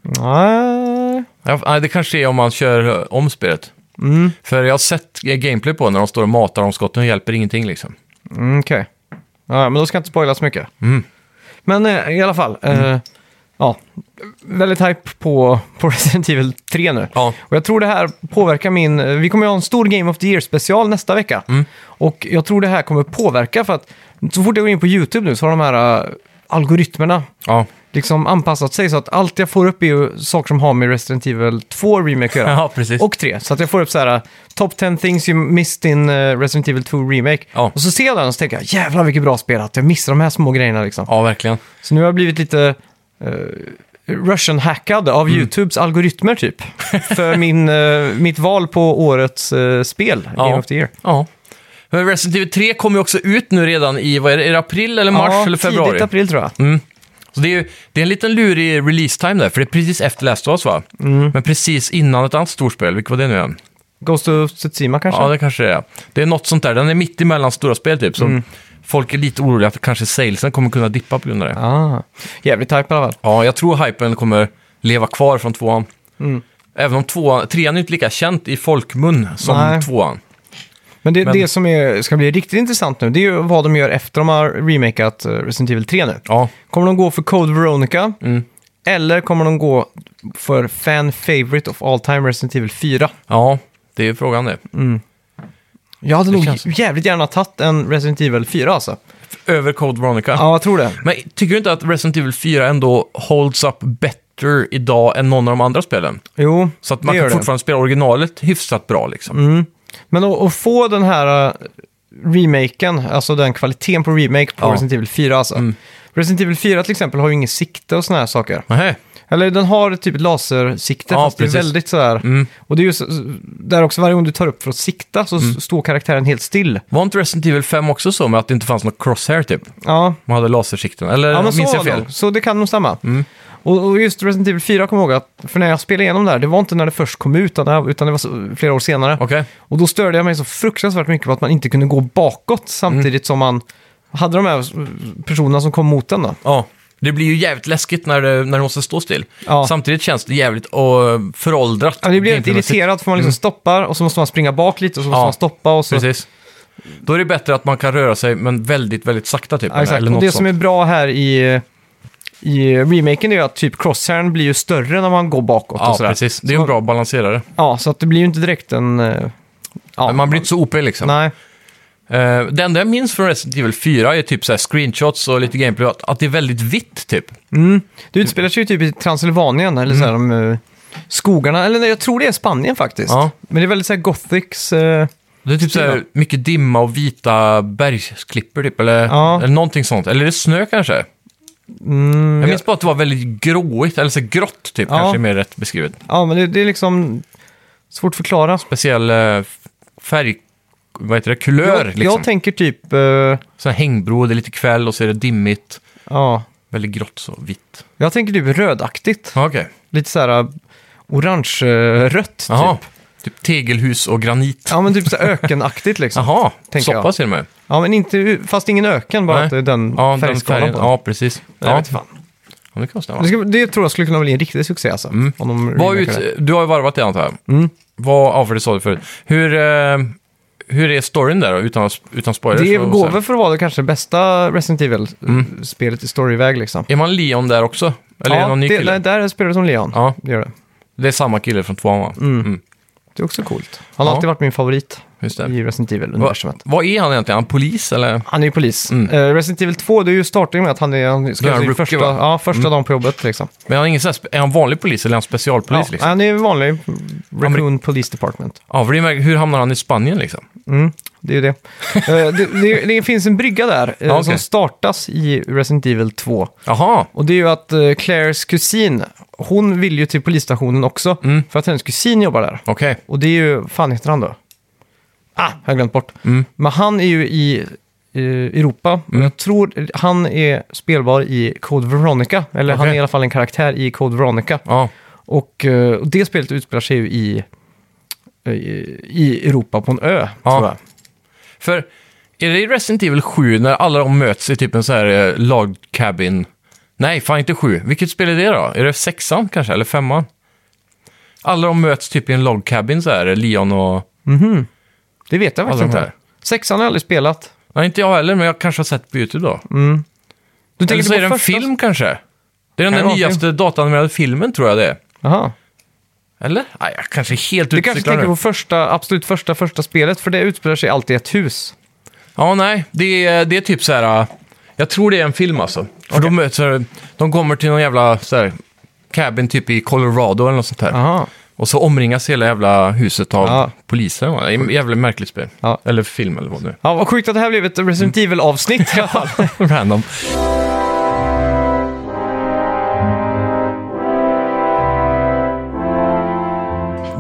Speaker 1: Nej.
Speaker 2: Ja, nej, det kanske är om man kör eh, om spelet. För jag har sett eh, gameplay på när de står och matar om skotten och hjälper ingenting liksom. Mm.
Speaker 1: Mm, Okej. Ja, men då ska jag inte spoila så mycket. Men eh, i alla fall. Eh, ja, väldigt hype på, på (laughs) Resident Evil 3 nu.
Speaker 2: Ja.
Speaker 1: Och jag tror det här påverkar min... eh, Vi kommer ju ha en stor Game of the Year-special nästa vecka.
Speaker 2: Mm.
Speaker 1: Och jag tror det här kommer påverka för att så fort jag går in på YouTube nu så har de här äh, algoritmerna
Speaker 2: Ja.
Speaker 1: liksom anpassat sig så att allt jag får upp är ju saker som har med Resident Evil 2 Remake att göra.
Speaker 2: (laughs) (laughs) Ja, precis.
Speaker 1: Och 3. Så att jag får upp så här uh, Top 10 things you missed in eh, Resident Evil 2 Remake.
Speaker 2: Ja.
Speaker 1: Och så ser jag den och så tänker jag jävlar vilket bra spel att jag missar de här små grejerna liksom.
Speaker 2: ja, verkligen.
Speaker 1: Så nu har jag blivit lite eh, Russian-hackad av
Speaker 2: Mm.
Speaker 1: YouTubes algoritmer
Speaker 2: (laughs)
Speaker 1: typ. För min, eh, mitt val på årets eh, spel, Game
Speaker 2: Ja.
Speaker 1: of the Year.
Speaker 2: Ja. Men Resident Evil 3 kommer ju också ut nu redan i, vad är det, är det april eller mars eller februari? Mm.
Speaker 1: Tidigt april tror jag.
Speaker 2: Så det är, ju, det är en liten lurig release-time där, för det är precis efter Last of Us va? Men precis innan ett annat storspel, vilket var det nu än?
Speaker 1: Ghost of Tsushima kanske?
Speaker 2: Ja, det kanske det är. Det är något sånt där, den är mitt emellan stora spel typ, så folk är lite oroliga att kanske salesen kommer kunna dippa på grund av det. Ja,
Speaker 1: Ah, jävligt hype i alla fall.
Speaker 2: jag tror hypen kommer leva kvar från tvåan.
Speaker 1: Mm.
Speaker 2: Även om tvåan, trean är inte lika känt i folkmun som
Speaker 1: Nej.
Speaker 2: tvåan.
Speaker 1: Men det,
Speaker 2: Men-
Speaker 1: det som är, ska bli riktigt intressant nu, det är ju vad de gör efter de har remakat eh, Resident Evil 3 nu.
Speaker 2: Ja,
Speaker 1: Kommer de gå för Code Veronica? Eller kommer de gå för Fan Favorite of All Time Resident Evil 4?
Speaker 2: ja det är ju frågan det.
Speaker 1: Mm. Jag hade nog
Speaker 2: känns-
Speaker 1: jävligt gärna tagit en Resident Evil 4 alltså.
Speaker 2: Över Code Veronica.
Speaker 1: Ja, jag tror det.
Speaker 2: Men tycker du inte att Resident Evil 4 ändå holds up bättre idag än någon av de andra spelen?
Speaker 1: Jo,
Speaker 2: Så att man
Speaker 1: det Mm.
Speaker 2: kan
Speaker 1: gör det.
Speaker 2: fortfarande spela originalet hyfsat bra liksom.
Speaker 1: Men att, att få den här äh, remaken, alltså den kvaliteten på remake på
Speaker 2: Ja.
Speaker 1: Resident Evil 4 alltså. Resident Evil 4 till exempel har ju ingen sikte och såna här saker.
Speaker 2: Nähä.
Speaker 1: Eller den har typ ett lasersikte,
Speaker 2: Ja,
Speaker 1: fast det är
Speaker 2: precis.
Speaker 1: väldigt sådär. Och det är ju så, där också, varje gång du tar upp för att sikta så s- står karaktären helt still.
Speaker 2: Var inte Resident Evil 5 också så med att det inte fanns något crosshair typ?
Speaker 1: Ja,
Speaker 2: Man hade lasersikten, eller
Speaker 1: ja men
Speaker 2: minns
Speaker 1: så, var
Speaker 2: jag
Speaker 1: det
Speaker 2: fel? Mm.
Speaker 1: nog. så det kan nog stämma. Och, och just Resident Evil 4 kommer jag ihåg att, för när jag spelade igenom det här, det var inte när det först kom ut, utan det här- utan det var så, flera år senare.
Speaker 2: Okej.
Speaker 1: Och då störde jag mig så fruktansvärt mycket på att man inte kunde gå bakåt samtidigt
Speaker 2: Mm.
Speaker 1: som man hade de här eh, personerna som kom mot en då. Alltså,
Speaker 2: Ja. Det blir ju jävligt läskigt när det, när det måste stå still.
Speaker 1: Ja.
Speaker 2: Samtidigt känns det jävligt och eh, föråldrat.
Speaker 1: Ja, det blir lite
Speaker 2: gameplay-mässigt.
Speaker 1: irriterat för man liksom stoppar och så måste man springa bak lite och så måste
Speaker 2: Mm. Ja,
Speaker 1: man stoppa och så.
Speaker 2: Precis. Då är det bättre att man kan röra sig, men väldigt, väldigt sakta typ.
Speaker 1: Ja, exakt.
Speaker 2: Eller
Speaker 1: Och
Speaker 2: något
Speaker 1: det som
Speaker 2: sånt.
Speaker 1: är bra här i, i remaken är ju att typ crosshairen blir ju större när man går bakåt
Speaker 2: Ja,
Speaker 1: och sådär.
Speaker 2: precis. Det är en bra balanserare.
Speaker 1: Ja, så att det blir ju inte direkt en... eh, Ja,
Speaker 2: Men man blir inte så OP liksom.
Speaker 1: Nej,
Speaker 2: Eh, det enda jag minns från Resident Evil 4 är typ så här screenshots och lite gameplay, att, att det är väldigt vitt typ.
Speaker 1: Mm. det utspelar sig ju typ i Transylvanien eller så här
Speaker 2: Mm.
Speaker 1: de eh, skogarna. Eller nej, jag tror det är Spanien faktiskt.
Speaker 2: Ja.
Speaker 1: Men det är väldigt så här gothics... eh,
Speaker 2: Det är typ så här mycket dimma och vita bergsklippor typ, eller,
Speaker 1: Ja.
Speaker 2: eller någonting sånt. Eller är det snö kanske?
Speaker 1: Mm,
Speaker 2: Jag minns bara att det var väldigt gråigt, eller så här grått typ,
Speaker 1: Ja.
Speaker 2: kanske är mer rätt beskrivet.
Speaker 1: Ja, men det, det är liksom svårt att förklara.
Speaker 2: Speciell eh, f- färg, vad heter det, kulör
Speaker 1: jag,
Speaker 2: liksom.
Speaker 1: jag tänker typ, eh,
Speaker 2: så här hängbro, det är lite kväll och så är det dimmigt,
Speaker 1: ja,
Speaker 2: väldigt grått så vitt.
Speaker 1: jag tänker typ rödaktigt.
Speaker 2: Ja, Okej,
Speaker 1: Lite så här eh, orange-rött typ.
Speaker 2: jaha. Typ. tegelhus och granit.
Speaker 1: Ja, men typ så här ökenaktigt liksom.
Speaker 2: Jaha,
Speaker 1: Tänker
Speaker 2: så
Speaker 1: jag.
Speaker 2: pass till och med.
Speaker 1: Ja, men inte, fast ingen öken, bara
Speaker 2: Nej.
Speaker 1: att det är den
Speaker 2: Ja, den
Speaker 1: färgskalan
Speaker 2: färgen.
Speaker 1: på den.
Speaker 2: Ja, precis.
Speaker 1: Nej, jag
Speaker 2: Ja,
Speaker 1: vet fan.
Speaker 2: ja, det kan stämma.
Speaker 1: Det, ska, det tror jag skulle kunna bli en riktig succé alltså. Om de
Speaker 2: Mm. Vad
Speaker 1: remakar det.
Speaker 2: ut, du har ju varvat det antar jag.
Speaker 1: Mm.
Speaker 2: Vad, ja, för det sa du förut. Hur, eh, hur är storyn där då, utan, utan spoilers?
Speaker 1: Det
Speaker 2: och så
Speaker 1: går
Speaker 2: här?
Speaker 1: väl för att vara det kanske bästa Resident Evil-spelet i storyväg liksom.
Speaker 2: Är man Leon där också? Mm. Eller är det
Speaker 1: ja,
Speaker 2: någon ny
Speaker 1: det,
Speaker 2: kille?
Speaker 1: nej, där spelar du som Leon.
Speaker 2: Ja,
Speaker 1: Det, gör det.
Speaker 2: det är samma kille från tvåan va? Mm,
Speaker 1: det är också coolt. Han har
Speaker 2: Ja.
Speaker 1: alltid varit min favorit
Speaker 2: just det.
Speaker 1: i Resident
Speaker 2: Va,
Speaker 1: Evil-universumet.
Speaker 2: vad är han egentligen? Han polis eller?
Speaker 1: Han är ju polis. Eh, Resident Evil 2, det är ju starten med att han är, han ska
Speaker 2: Då är han
Speaker 1: sin
Speaker 2: rookie,
Speaker 1: första,
Speaker 2: va? Mm.
Speaker 1: ja, första dagen på jobbet. Liksom.
Speaker 2: Men han är, ingen så här, spe- är han vanlig polis eller är han specialpolis?
Speaker 1: ja,
Speaker 2: liksom?
Speaker 1: Han är ju vanlig Raccoon Police Department. Mm,
Speaker 2: ja för det är, märk- hur hamnar han i Spanien liksom?
Speaker 1: Det är
Speaker 2: (laughs)
Speaker 1: ju det. Eh, det, det. Det finns en brygga där eh,
Speaker 2: Ja, okej.
Speaker 1: som startas i Resident Evil 2.
Speaker 2: Jaha,
Speaker 1: Och det är ju att eh, Claires kusin, hon vill ju till polisstationen också.
Speaker 2: Mm.
Speaker 1: För att hennes kusin jobbar där.
Speaker 2: okej.
Speaker 1: Och det är ju, fan heter han då? Ah, jag har glömt bort.
Speaker 2: Mm.
Speaker 1: Men han är ju i eh, Europa. Och jag tror han är spelbar i Code Veronica. Eller han
Speaker 2: Okej.
Speaker 1: är i alla fall en karaktär i Code Veronica.
Speaker 2: Ja,
Speaker 1: Och, eh, och det spelet utspelar sig ju i, eh, i Europa på en ö,
Speaker 2: Ja.
Speaker 1: tror jag.
Speaker 2: för är det i Resident Evil 7 när alla de möts i typ en så här eh, log cabin? Nej, fan inte 7. Vilket spel är det då? Är det sexan kanske, eller femman? Alla de möts typ i en log cabin så här, eh, Leon och...
Speaker 1: Det vet jag faktiskt
Speaker 2: Alla de
Speaker 1: inte.
Speaker 2: här.
Speaker 1: Sexan har jag aldrig spelat.
Speaker 2: Nej, inte jag heller, men jag kanske har sett på YouTube då.
Speaker 1: Du
Speaker 2: Eller så
Speaker 1: på
Speaker 2: är det en
Speaker 1: första-
Speaker 2: film kanske? Det är den
Speaker 1: Kan
Speaker 2: där
Speaker 1: det vara
Speaker 2: nyaste dataanimerade filmen tror jag det är.
Speaker 1: Jaha.
Speaker 2: Eller? Nej, jag kanske är helt
Speaker 1: Du kanske
Speaker 2: utcyklar
Speaker 1: tänker
Speaker 2: nu.
Speaker 1: på första, absolut första, första spelet, för det utspelar sig alltid i ett hus.
Speaker 2: Ja, nej. Det är, det är typ så här... äh, Jag tror det är en film alltså. För de, möts, så här- de kommer till någon jävla så här, cabin typ i Colorado eller något sånt här.
Speaker 1: Jaha.
Speaker 2: Och så omringas hela jävla huset av
Speaker 1: Ja.
Speaker 2: poliser. va? Det är en jävligt märkligt spel.
Speaker 1: Ja.
Speaker 2: Eller film eller vad det nu
Speaker 1: Ja, vad sjukt att det här blev ett Resident
Speaker 2: (laughs)
Speaker 1: Evil-avsnitt i alla fall.
Speaker 2: är. Random.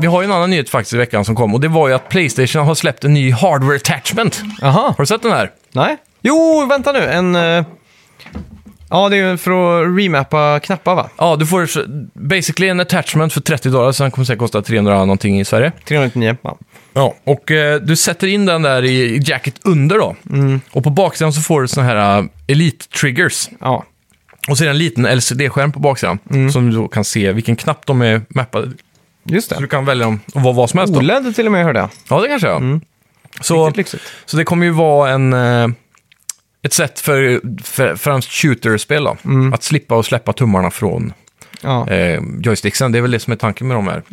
Speaker 2: Vi har ju en annan nyhet faktiskt i veckan som kom och det var ju att Playstation har släppt en ny hardware attachment.
Speaker 1: Jaha.
Speaker 2: Har du sett den här?
Speaker 1: Nej? Jo, vänta nu. En... eh, Ja, det är ju för att remappa knappar va?
Speaker 2: Ja, du får s- basically en attachment för 30 dollar, så den kommer säkert kosta 300 någonting i Sverige.
Speaker 1: 399. Ja.
Speaker 2: Ja. Och eh, du sätter in den där i i jacket under då. Och på baksidan så får du såna här eh, Elite Triggers.
Speaker 1: ja.
Speaker 2: Och så är det en liten LCD-skärm på baksidan som du då kan se vilken knapp de är mappade.
Speaker 1: Just
Speaker 2: Så du
Speaker 1: det.
Speaker 2: kan välja dem och vad, vad som helst. Då.
Speaker 1: OLED till och med hörde jag.
Speaker 2: Ja, det kanske jag. Så,
Speaker 1: Riktigt lyxigt.
Speaker 2: så det kommer ju vara en, eh, ett sätt för, för främst shooter-spel då. Att slippa och släppa tummarna från
Speaker 1: Ja.
Speaker 2: eh, joysticksen. Det är väl det som är tanken med de här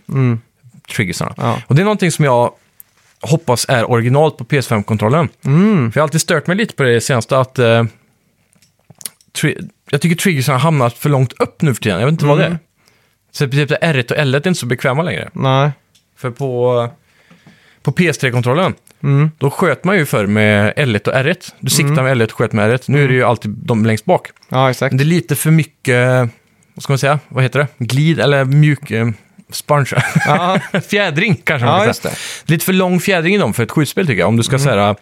Speaker 2: triggersarna.
Speaker 1: Ja.
Speaker 2: Och det är någonting som jag hoppas är originalt på PS5-kontrollen.
Speaker 1: Mm.
Speaker 2: För jag har alltid stört mig lite på det senaste att eh, tri- jag tycker triggersarna har hamnat för långt upp nu för tiden. Jag vet inte vad det är. Så typ det R1 och L1 är inte så bekväma längre.
Speaker 1: Nej.
Speaker 2: För på, på PS3-kontrollen,
Speaker 1: Mm.
Speaker 2: då sköt man ju förr med L1 och R1. Du siktar med L1 och sköt med R1. Nu är det ju alltid de längst bak.
Speaker 1: Ja, exakt.
Speaker 2: Men det är lite för mycket, vad ska man säga, vad heter det? Glid eller mjuk eh, sponge. (laughs)
Speaker 1: Ja,
Speaker 2: fjädring kanske man
Speaker 1: ja
Speaker 2: kan
Speaker 1: just
Speaker 2: säga.
Speaker 1: det.
Speaker 2: Lite för lång fjädring i dem för ett skjutspel tycker jag. Om du ska så här,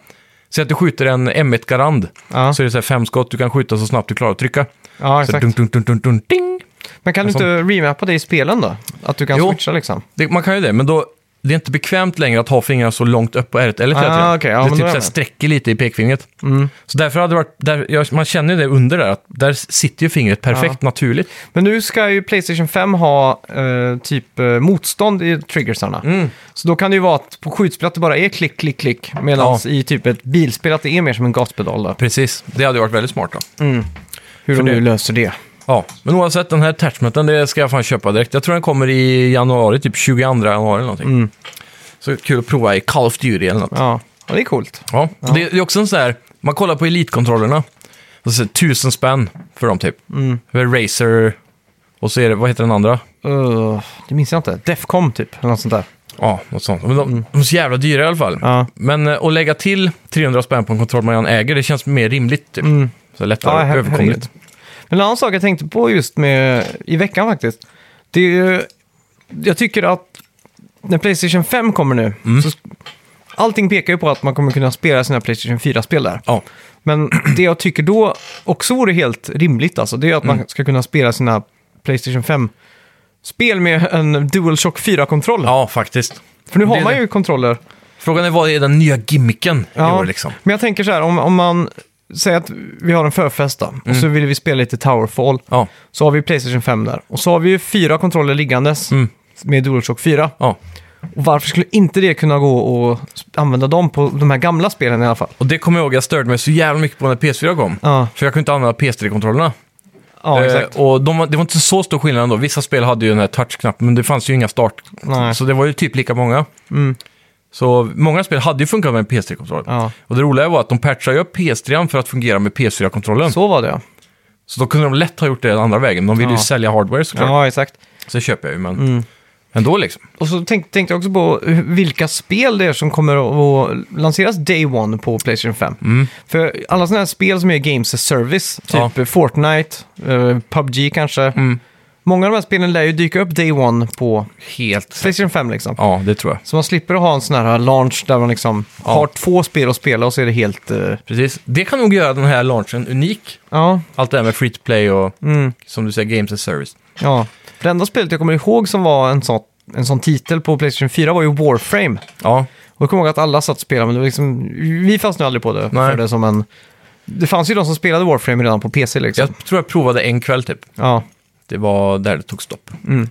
Speaker 2: säg att du skjuter en M1 Garand,
Speaker 1: Ja,
Speaker 2: så är det så här fem skott du kan skjuta så snabbt du klarar att trycka.
Speaker 1: ja
Speaker 2: Så
Speaker 1: exakt.
Speaker 2: dunk, dunk, dunk, dunk, dunk, ding.
Speaker 1: Men kan du
Speaker 2: Alltså-
Speaker 1: inte remappa det i spelen då? Att du kan
Speaker 2: Jo.
Speaker 1: switcha liksom?
Speaker 2: Det, man kan ju det, men då, det är inte bekvämt längre att ha fingrarna så långt upp på R1 eller
Speaker 1: Ah,
Speaker 2: ah,
Speaker 1: okej, ja,
Speaker 2: Det
Speaker 1: men då är
Speaker 2: typ så
Speaker 1: jag
Speaker 2: här
Speaker 1: med.
Speaker 2: sträcker lite i pekfingret.
Speaker 1: Mm.
Speaker 2: Så därför hade det varit, där, jag, man känner ju det under där, att där sitter ju fingret perfekt naturligt.
Speaker 1: Men nu ska ju Playstation 5 ha eh, typ eh, motstånd i triggersarna. Så då kan det ju vara att på skjutspel att det bara är klick, klick, klick. Medan i typ ett bilspel att det är mer som en gaspedal då.
Speaker 2: Precis, det hade ju varit väldigt smart då.
Speaker 1: Hur de
Speaker 2: det-
Speaker 1: nu löser det.
Speaker 2: Ja, men oavsett den här attachmenten, det ska jag fan köpa direkt. Jag tror den kommer i januari, typ 22 januari eller någonting.
Speaker 1: Mm.
Speaker 2: Så kul att prova i Call of Duty eller något. Ja,
Speaker 1: Ja, ja det är coolt.
Speaker 2: Det, det är också en sån här, man kollar på elitkontrollerna, och så är det tusen spänn för dem typ. Mm. Razer, och så är det, vad heter den andra?
Speaker 1: Eh, det minns jag inte. Defcom typ, eller något sånt där.
Speaker 2: Ja, något sånt. Men de, de är så jävla dyra i alla fall.
Speaker 1: Mm. Ja.
Speaker 2: Men eh, att lägga till 300 spänn på en kontroll man redan äger, det känns mer rimligt typ. Så
Speaker 1: Mm. Ja,
Speaker 2: lättare
Speaker 1: her-
Speaker 2: överkomligt.
Speaker 1: herregud. Men en annan sak jag tänkte på just med, i veckan faktiskt. Det är ju, jag tycker att när Playstation 5 kommer nu, så, allting pekar ju på att man kommer kunna spela sina Playstation 4-spel där.
Speaker 2: Ja.
Speaker 1: Men det jag tycker då också vore helt rimligt, alltså, det är att
Speaker 2: Mm.
Speaker 1: man ska kunna spela sina Playstation 5-spel med en DualShock 4-kontroll.
Speaker 2: ja, faktiskt.
Speaker 1: För nu har
Speaker 2: det-
Speaker 1: man ju kontroller.
Speaker 2: Frågan är vad är den nya gimmicken i år liksom?
Speaker 1: Men jag tänker så här, om, om man säger att vi har en förfest då,
Speaker 2: Mm.
Speaker 1: och så vill vi spela lite Towerfall.
Speaker 2: Ja,
Speaker 1: Så har vi Playstation 5 där. Och så har vi ju fyra kontroller liggandes
Speaker 2: Mm.
Speaker 1: med DualShock 4.
Speaker 2: ja.
Speaker 1: Och varför skulle inte det kunna gå och sp- använda dem på de här gamla spelen i alla fall?
Speaker 2: Och det kommer jag ihåg, jag störde mig så jävla mycket på när PS4 kom.
Speaker 1: Ja,
Speaker 2: För jag kunde inte använda PS3-kontrollerna.
Speaker 1: ja exakt.
Speaker 2: eh, och de, var- det var inte så stor skillnad ändå. Vissa spel hade ju den här touchknappen, men det fanns ju inga start.
Speaker 1: Nej. Mm.
Speaker 2: Så det var ju typ lika många. Så många spel hade ju funkat med en PS3-kontroll.
Speaker 1: Ja.
Speaker 2: Och det roliga var att de patchade ju upp PS3 för att fungera med PS4-kontrollen. Så.
Speaker 1: Så var det ja.
Speaker 2: då kunde de lätt ha gjort det den andra vägen. De ville ju
Speaker 1: Ja.
Speaker 2: sälja hardware såklart.
Speaker 1: Ja, Mm. exakt.
Speaker 2: Så det köper jag ju, men ändå liksom.
Speaker 1: Och så tänk, tänkte jag också på hur- vilka spel det är som kommer att att lanseras day one på Playstation 5. För alla sådana här spel som är Games as Service,
Speaker 2: Mm. Ja. Mm.
Speaker 1: typ Fortnite, eh, PubG kanske. Många av de här spelen lär ju dyka upp day one på
Speaker 2: Helt.
Speaker 1: Playstation 5 liksom.
Speaker 2: Ja, det tror jag.
Speaker 1: Så man slipper att ha en sån här launch där man liksom har två spel att spela och så är det helt... eh,
Speaker 2: Precis. Det kan nog göra den här launchen unik.
Speaker 1: ja,
Speaker 2: Allt det här med free to play och,
Speaker 1: Mm.
Speaker 2: som du säger, games as service.
Speaker 1: ja. Det enda spelet jag kommer ihåg som var en sån, en sån titel på Playstation 4 var ju Warframe.
Speaker 2: Ja,
Speaker 1: Och jag kommer ihåg att alla satt och spelade, men det var liksom, vi fastnade aldrig på det.
Speaker 2: Nej.
Speaker 1: För det, som en, det fanns ju de som spelade Warframe redan på PC liksom.
Speaker 2: jag tror jag provade en kväll typ.
Speaker 1: Ja,
Speaker 2: Det var där det tog stopp. Man
Speaker 1: Mm.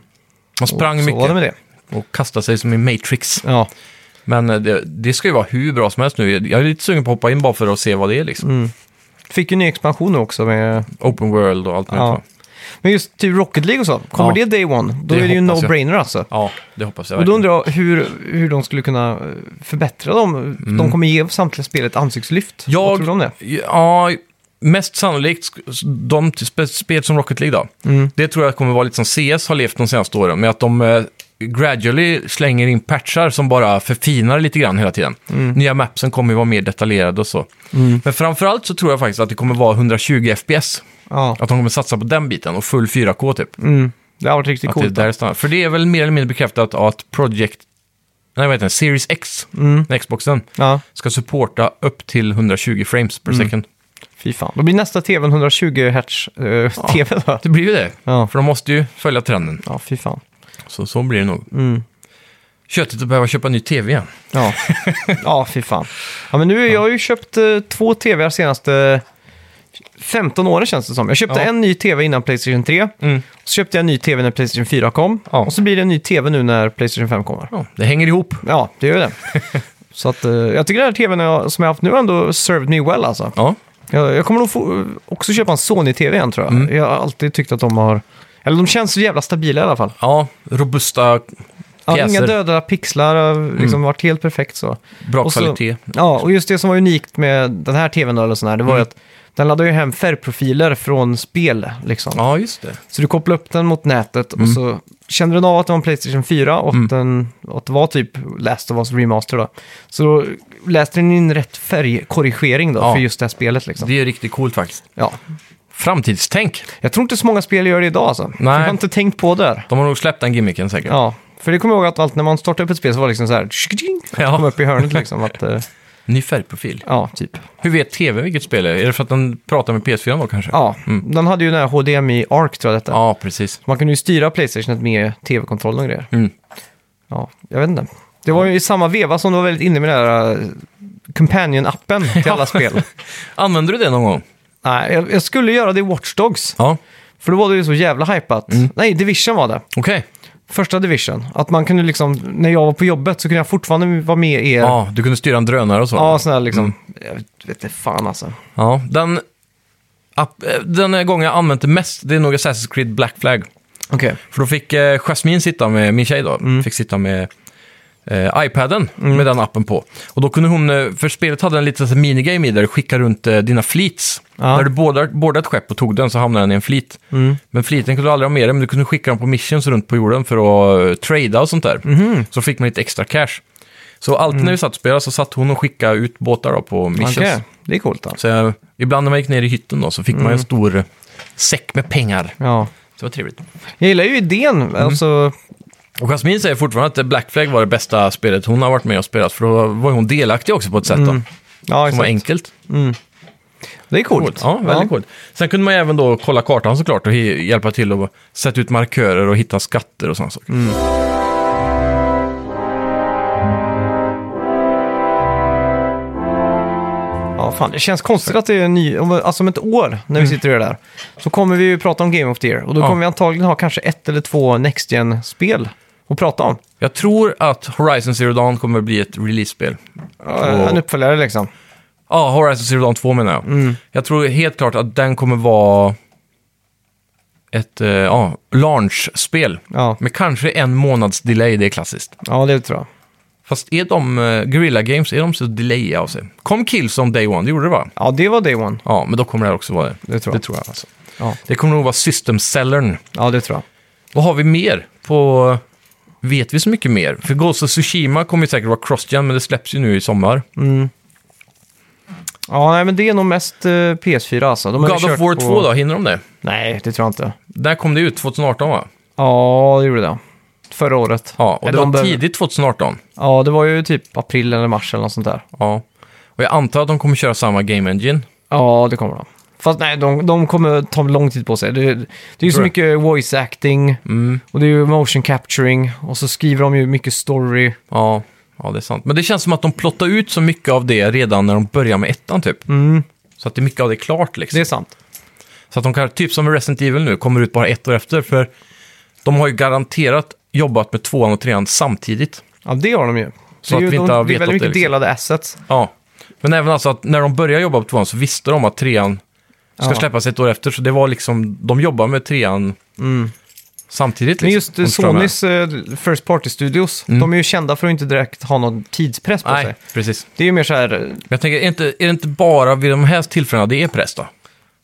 Speaker 1: och
Speaker 2: sprang
Speaker 1: så var det
Speaker 2: mycket
Speaker 1: med det.
Speaker 2: och kastade sig som i Matrix.
Speaker 1: Ja,
Speaker 2: Men eh, det, det ska ju vara hur bra som helst nu. Jag är lite sugen på att hoppa in bara
Speaker 1: Mm.
Speaker 2: för att se vad det är liksom.
Speaker 1: fick ju ny expansion nu också med...
Speaker 2: Open world och allt möjligt.
Speaker 1: Ja.
Speaker 2: va?
Speaker 1: Men just typ Rocket League och så, kommer
Speaker 2: Ja.
Speaker 1: det day one, då
Speaker 2: Det
Speaker 1: är det ju
Speaker 2: hoppas jag.
Speaker 1: no-brainer alltså.
Speaker 2: Ja, det hoppas jag
Speaker 1: Och då
Speaker 2: verkligen.
Speaker 1: undrar jag hur, hur de skulle kunna eh, förbättra dem. De kommer ge samtliga spel ett ansiktslyft.
Speaker 2: Mm. Jag-
Speaker 1: Vad tror du om det?
Speaker 2: Ja, mest sannolikt sk- de t- spe- spel som Rocket League då. Det tror jag kommer vara lite som CS har levt de senaste åren, med att de eh, gradually slänger in patchar som bara förfinar lite grann hela tiden. Nya mapsen kommer ju vara mer detaljerade och så. Men framförallt så tror jag faktiskt att det kommer vara 120 FPS.
Speaker 1: Ja,
Speaker 2: Att de kommer satsa på den biten och full 4K typ.
Speaker 1: mm. det har varit riktigt
Speaker 2: Att det är
Speaker 1: coolt.
Speaker 2: där det stannar. För det är väl mer eller mindre bekräftat att Project, nej vad heter den, Series X, den Xboxen,
Speaker 1: Mm, Ja,
Speaker 2: ska supporta upp till 120 frames per second.
Speaker 1: fy fan. Då blir nästa tv en 120 hertz eh, tv då.
Speaker 2: Det blir ju det.
Speaker 1: Ja.
Speaker 2: För de måste ju följa trenden.
Speaker 1: ja, fy fan.
Speaker 2: Så, så blir det nog. Mm. Köttigt att behöva köpa ny tv igen.
Speaker 1: Ja, ja fy fan. Ja, men nu, jag har ju köpt eh, två tvr senaste 15 åren känns det som. Jag köpte
Speaker 2: Ja. Mm.
Speaker 1: en ny tv innan Playstation 3. Så köpte jag en ny tv när Playstation 4 kom.
Speaker 2: Ja.
Speaker 1: Och så blir det en ny tv nu när Playstation 5 kommer.
Speaker 2: Ja, det hänger ihop.
Speaker 1: Ja, det gör det.
Speaker 2: (laughs)
Speaker 1: så att, eh, jag tycker den här tvn jag, som jag haft nu har ändå served me well alltså.
Speaker 2: Ja.
Speaker 1: Jag, jag kommer nog få, eh, också köpa en Sony-tv igen tror jag.
Speaker 2: Mm.
Speaker 1: Jag har alltid tyckt att de har... Eller de känns så jävla stabila i alla fall.
Speaker 2: ja, robusta
Speaker 1: Ja,
Speaker 2: pjäser. Mm.
Speaker 1: inga döda pixlar, liksom varit helt perfekt så.
Speaker 2: Bra
Speaker 1: Och så-
Speaker 2: kvalitet.
Speaker 1: Ja, och just det som var unikt med den här tvn då, eller sån här, det var ju
Speaker 2: Mm.
Speaker 1: att den laddade ju hem färgprofiler från spel. Liksom.
Speaker 2: Ja, Mm. just det.
Speaker 1: Så du kopplade upp den mot nätet och så kände den av att det var en Playstation 4 och,
Speaker 2: Mm.
Speaker 1: att den, och att det var typ Last of Us Remaster. Då. Så då läste den in rätt färgkorrigering då
Speaker 2: Ja.
Speaker 1: för just det här spelet. Liksom.
Speaker 2: Det är riktigt coolt faktiskt.
Speaker 1: Ja.
Speaker 2: Framtidstänk.
Speaker 1: Jag tror inte så många spel gör det idag alltså. Jag har inte tänkt på det. Här.
Speaker 2: De har nog släppt den gimmicken säkert.
Speaker 1: Ja. För det kommer jag ihåg att allt när man startade upp ett spel så var det liksom så här... att det
Speaker 2: Ja.
Speaker 1: Kom upp i hörnet liksom. Att, eh,
Speaker 2: Ny färgprofil.
Speaker 1: ja, typ.
Speaker 2: Hur vet tv vilket spel det är? Är det för att den pratar med PS4 då kanske?
Speaker 1: Ja, den hade ju den här HDMI ARC tror jag detta.
Speaker 2: Ja, precis.
Speaker 1: Man kunde ju styra Playstationet med tv-kontrollen och grejer.
Speaker 2: Mm.
Speaker 1: Ja, jag vet inte. Det var ju i samma veva som du var väldigt inne med den här eh,
Speaker 2: (laughs)
Speaker 1: Companion-appen till alla spel.
Speaker 2: Använder du det någon gång?
Speaker 1: Nej, jag, jag skulle göra det i Watch Dogs,
Speaker 2: Ja.
Speaker 1: för då var det ju så jävla hypat.
Speaker 2: Mm.
Speaker 1: Nej, Division var det.
Speaker 2: Okej.
Speaker 1: Första Division. Att man kunde liksom, när jag var på jobbet så kunde jag fortfarande vara med i er. Ja,
Speaker 2: Ja, Mm. du kunde styra en drönare och så?
Speaker 1: sån här liksom. Jag vet inte fan alltså.
Speaker 2: Ja, den, app, eh, den gången jag använt det mest, det är nog Assassin's Creed Black Flag.
Speaker 1: Okej.
Speaker 2: För då fick eh, Jasmine sitta med, min tjej då,
Speaker 1: Mm.
Speaker 2: fick sitta med eh, iPaden med den appen på. Och då kunde hon, eh, för spelet hade en liten så här minigame i där du skickar runt eh, dina fleets.
Speaker 1: Ja. Mm.
Speaker 2: När du boardar, boardar ett skepp och tog den så hamnade den i en fleet. Men fleeten kunde du aldrig ha med dig, men du kunde skicka dem på missions runt på jorden för att eh, trada och sånt där.
Speaker 1: Mhm.
Speaker 2: Så fick man lite extra cash. Så alltid när vi satt och spelade så satt hon och skickade ut båtar då på missions.
Speaker 1: Mm. Okej, det är coolt. alltså. Då.
Speaker 2: Så jag, ibland när man gick ner i hytten då så fick man ju en
Speaker 1: Mm.
Speaker 2: stor eh, säck med pengar.
Speaker 1: Ja.
Speaker 2: Så det var trevligt.
Speaker 1: Jag gillar ju idén,
Speaker 2: Mm.
Speaker 1: alltså.
Speaker 2: Och Jasmine säger fortfarande att Black Flag var det bästa spelet hon har varit med och spelat, för då var ju hon delaktig också på ett sätt då,
Speaker 1: Ja,
Speaker 2: som var
Speaker 1: Mm. exakt.
Speaker 2: enkelt.
Speaker 1: Det är coolt.
Speaker 2: Ja, väldigt coolt. Sen kunde man ju även då kolla kartan såklart och hi- hjälpa till och sätta ut markörer och hitta skatter och sådana saker.
Speaker 1: Mm. Ja, fan. Det känns konstigt att det är en ny... om- Alltså om ett år, när vi sitter och gör det här, så kommer vi ju prata om Game of the Year. Och då
Speaker 2: Mm. Ja.
Speaker 1: kommer vi antagligen ha kanske ett eller två Next Gen-spel att prata om.
Speaker 2: Jag tror att Horizon Zero Dawn kommer bli ett release-spel.
Speaker 1: Eh, En uppföljare liksom.
Speaker 2: Ja, Horizon Zero Dawn 2 menar jag.
Speaker 1: Mm.
Speaker 2: Jag tror helt klart att den kommer vara ett eh, ja, launch-spel.
Speaker 1: Ja.
Speaker 2: Med kanske en månads delay, det är klassiskt.
Speaker 1: ja, det tror jag.
Speaker 2: Fast är de, eh, Guerrilla Games, är de så delaya av sig? Kom Killzone Day One, det gjorde det va?
Speaker 1: Ja, det var Day One.
Speaker 2: Ja, men då kommer det här också vara det.
Speaker 1: Det tror jag.
Speaker 2: Det tror jag alltså.
Speaker 1: Ja,
Speaker 2: Det kommer nog vara systemsellern.
Speaker 1: ja det tror jag.
Speaker 2: Vad har vi mer på... Vet vi så mycket mer? För Ghost of Tsushima kommer ju säkert vara cross-gen, men det släpps ju nu i sommar.
Speaker 1: Ja, nej, men det är nog mest eh, PS4 alltså. De har ju
Speaker 2: God of
Speaker 1: kört
Speaker 2: War
Speaker 1: på-
Speaker 2: 2 då, hinner de det?
Speaker 1: Nej, det tror jag inte.
Speaker 2: Där kom det ut 2018 va?
Speaker 1: Ja, det gjorde det. Förra året.
Speaker 2: Ja, och
Speaker 1: Nej,
Speaker 2: det
Speaker 1: de
Speaker 2: var
Speaker 1: behöver-
Speaker 2: tidigt 2018.
Speaker 1: Ja, det var ju typ april eller mars eller något sånt där.
Speaker 2: Ja. Och jag antar att de kommer köra samma Game Engine.
Speaker 1: Ja, det kommer de. Fast nej, de, de kommer ta lång tid på sig. Det, det är ju så
Speaker 2: Tror Mm. jag.
Speaker 1: mycket voice acting och det är ju motion capturing och så skriver de ju mycket story.
Speaker 2: Ja, ja, det är sant. Men det känns som att de plottar ut så mycket av det redan när de börjar med ettan typ. Så att det är mycket av det är klart liksom.
Speaker 1: Mm. Det är sant.
Speaker 2: Så att de kan, typ som Resident Evil nu, kommer ut bara ett år efter. För de har ju garanterat jobbat med tvåan och trean samtidigt.
Speaker 1: Ja, det har de ju. det är
Speaker 2: Så att
Speaker 1: ju,
Speaker 2: vi inte
Speaker 1: de,
Speaker 2: har
Speaker 1: det är
Speaker 2: vetat
Speaker 1: väldigt mycket
Speaker 2: det, liksom.
Speaker 1: delade assets.
Speaker 2: Ja. Men även alltså att när de började jobba på tvåan så visste de att trean Ska
Speaker 1: Ja.
Speaker 2: släppas ett år efter, så det var liksom, de jobbar med trean samtidigt. Liksom,
Speaker 1: Mm. Men just eh,
Speaker 2: de tror jag med. Mm.
Speaker 1: Sonys eh, First Party Studios, de är ju kända för att inte direkt ha någon tidspress på sig.
Speaker 2: Nej, precis.
Speaker 1: Det är ju mer så här, eh,
Speaker 2: Men jag tänker, är, inte, är det inte bara vid de här tillfällena det är press då?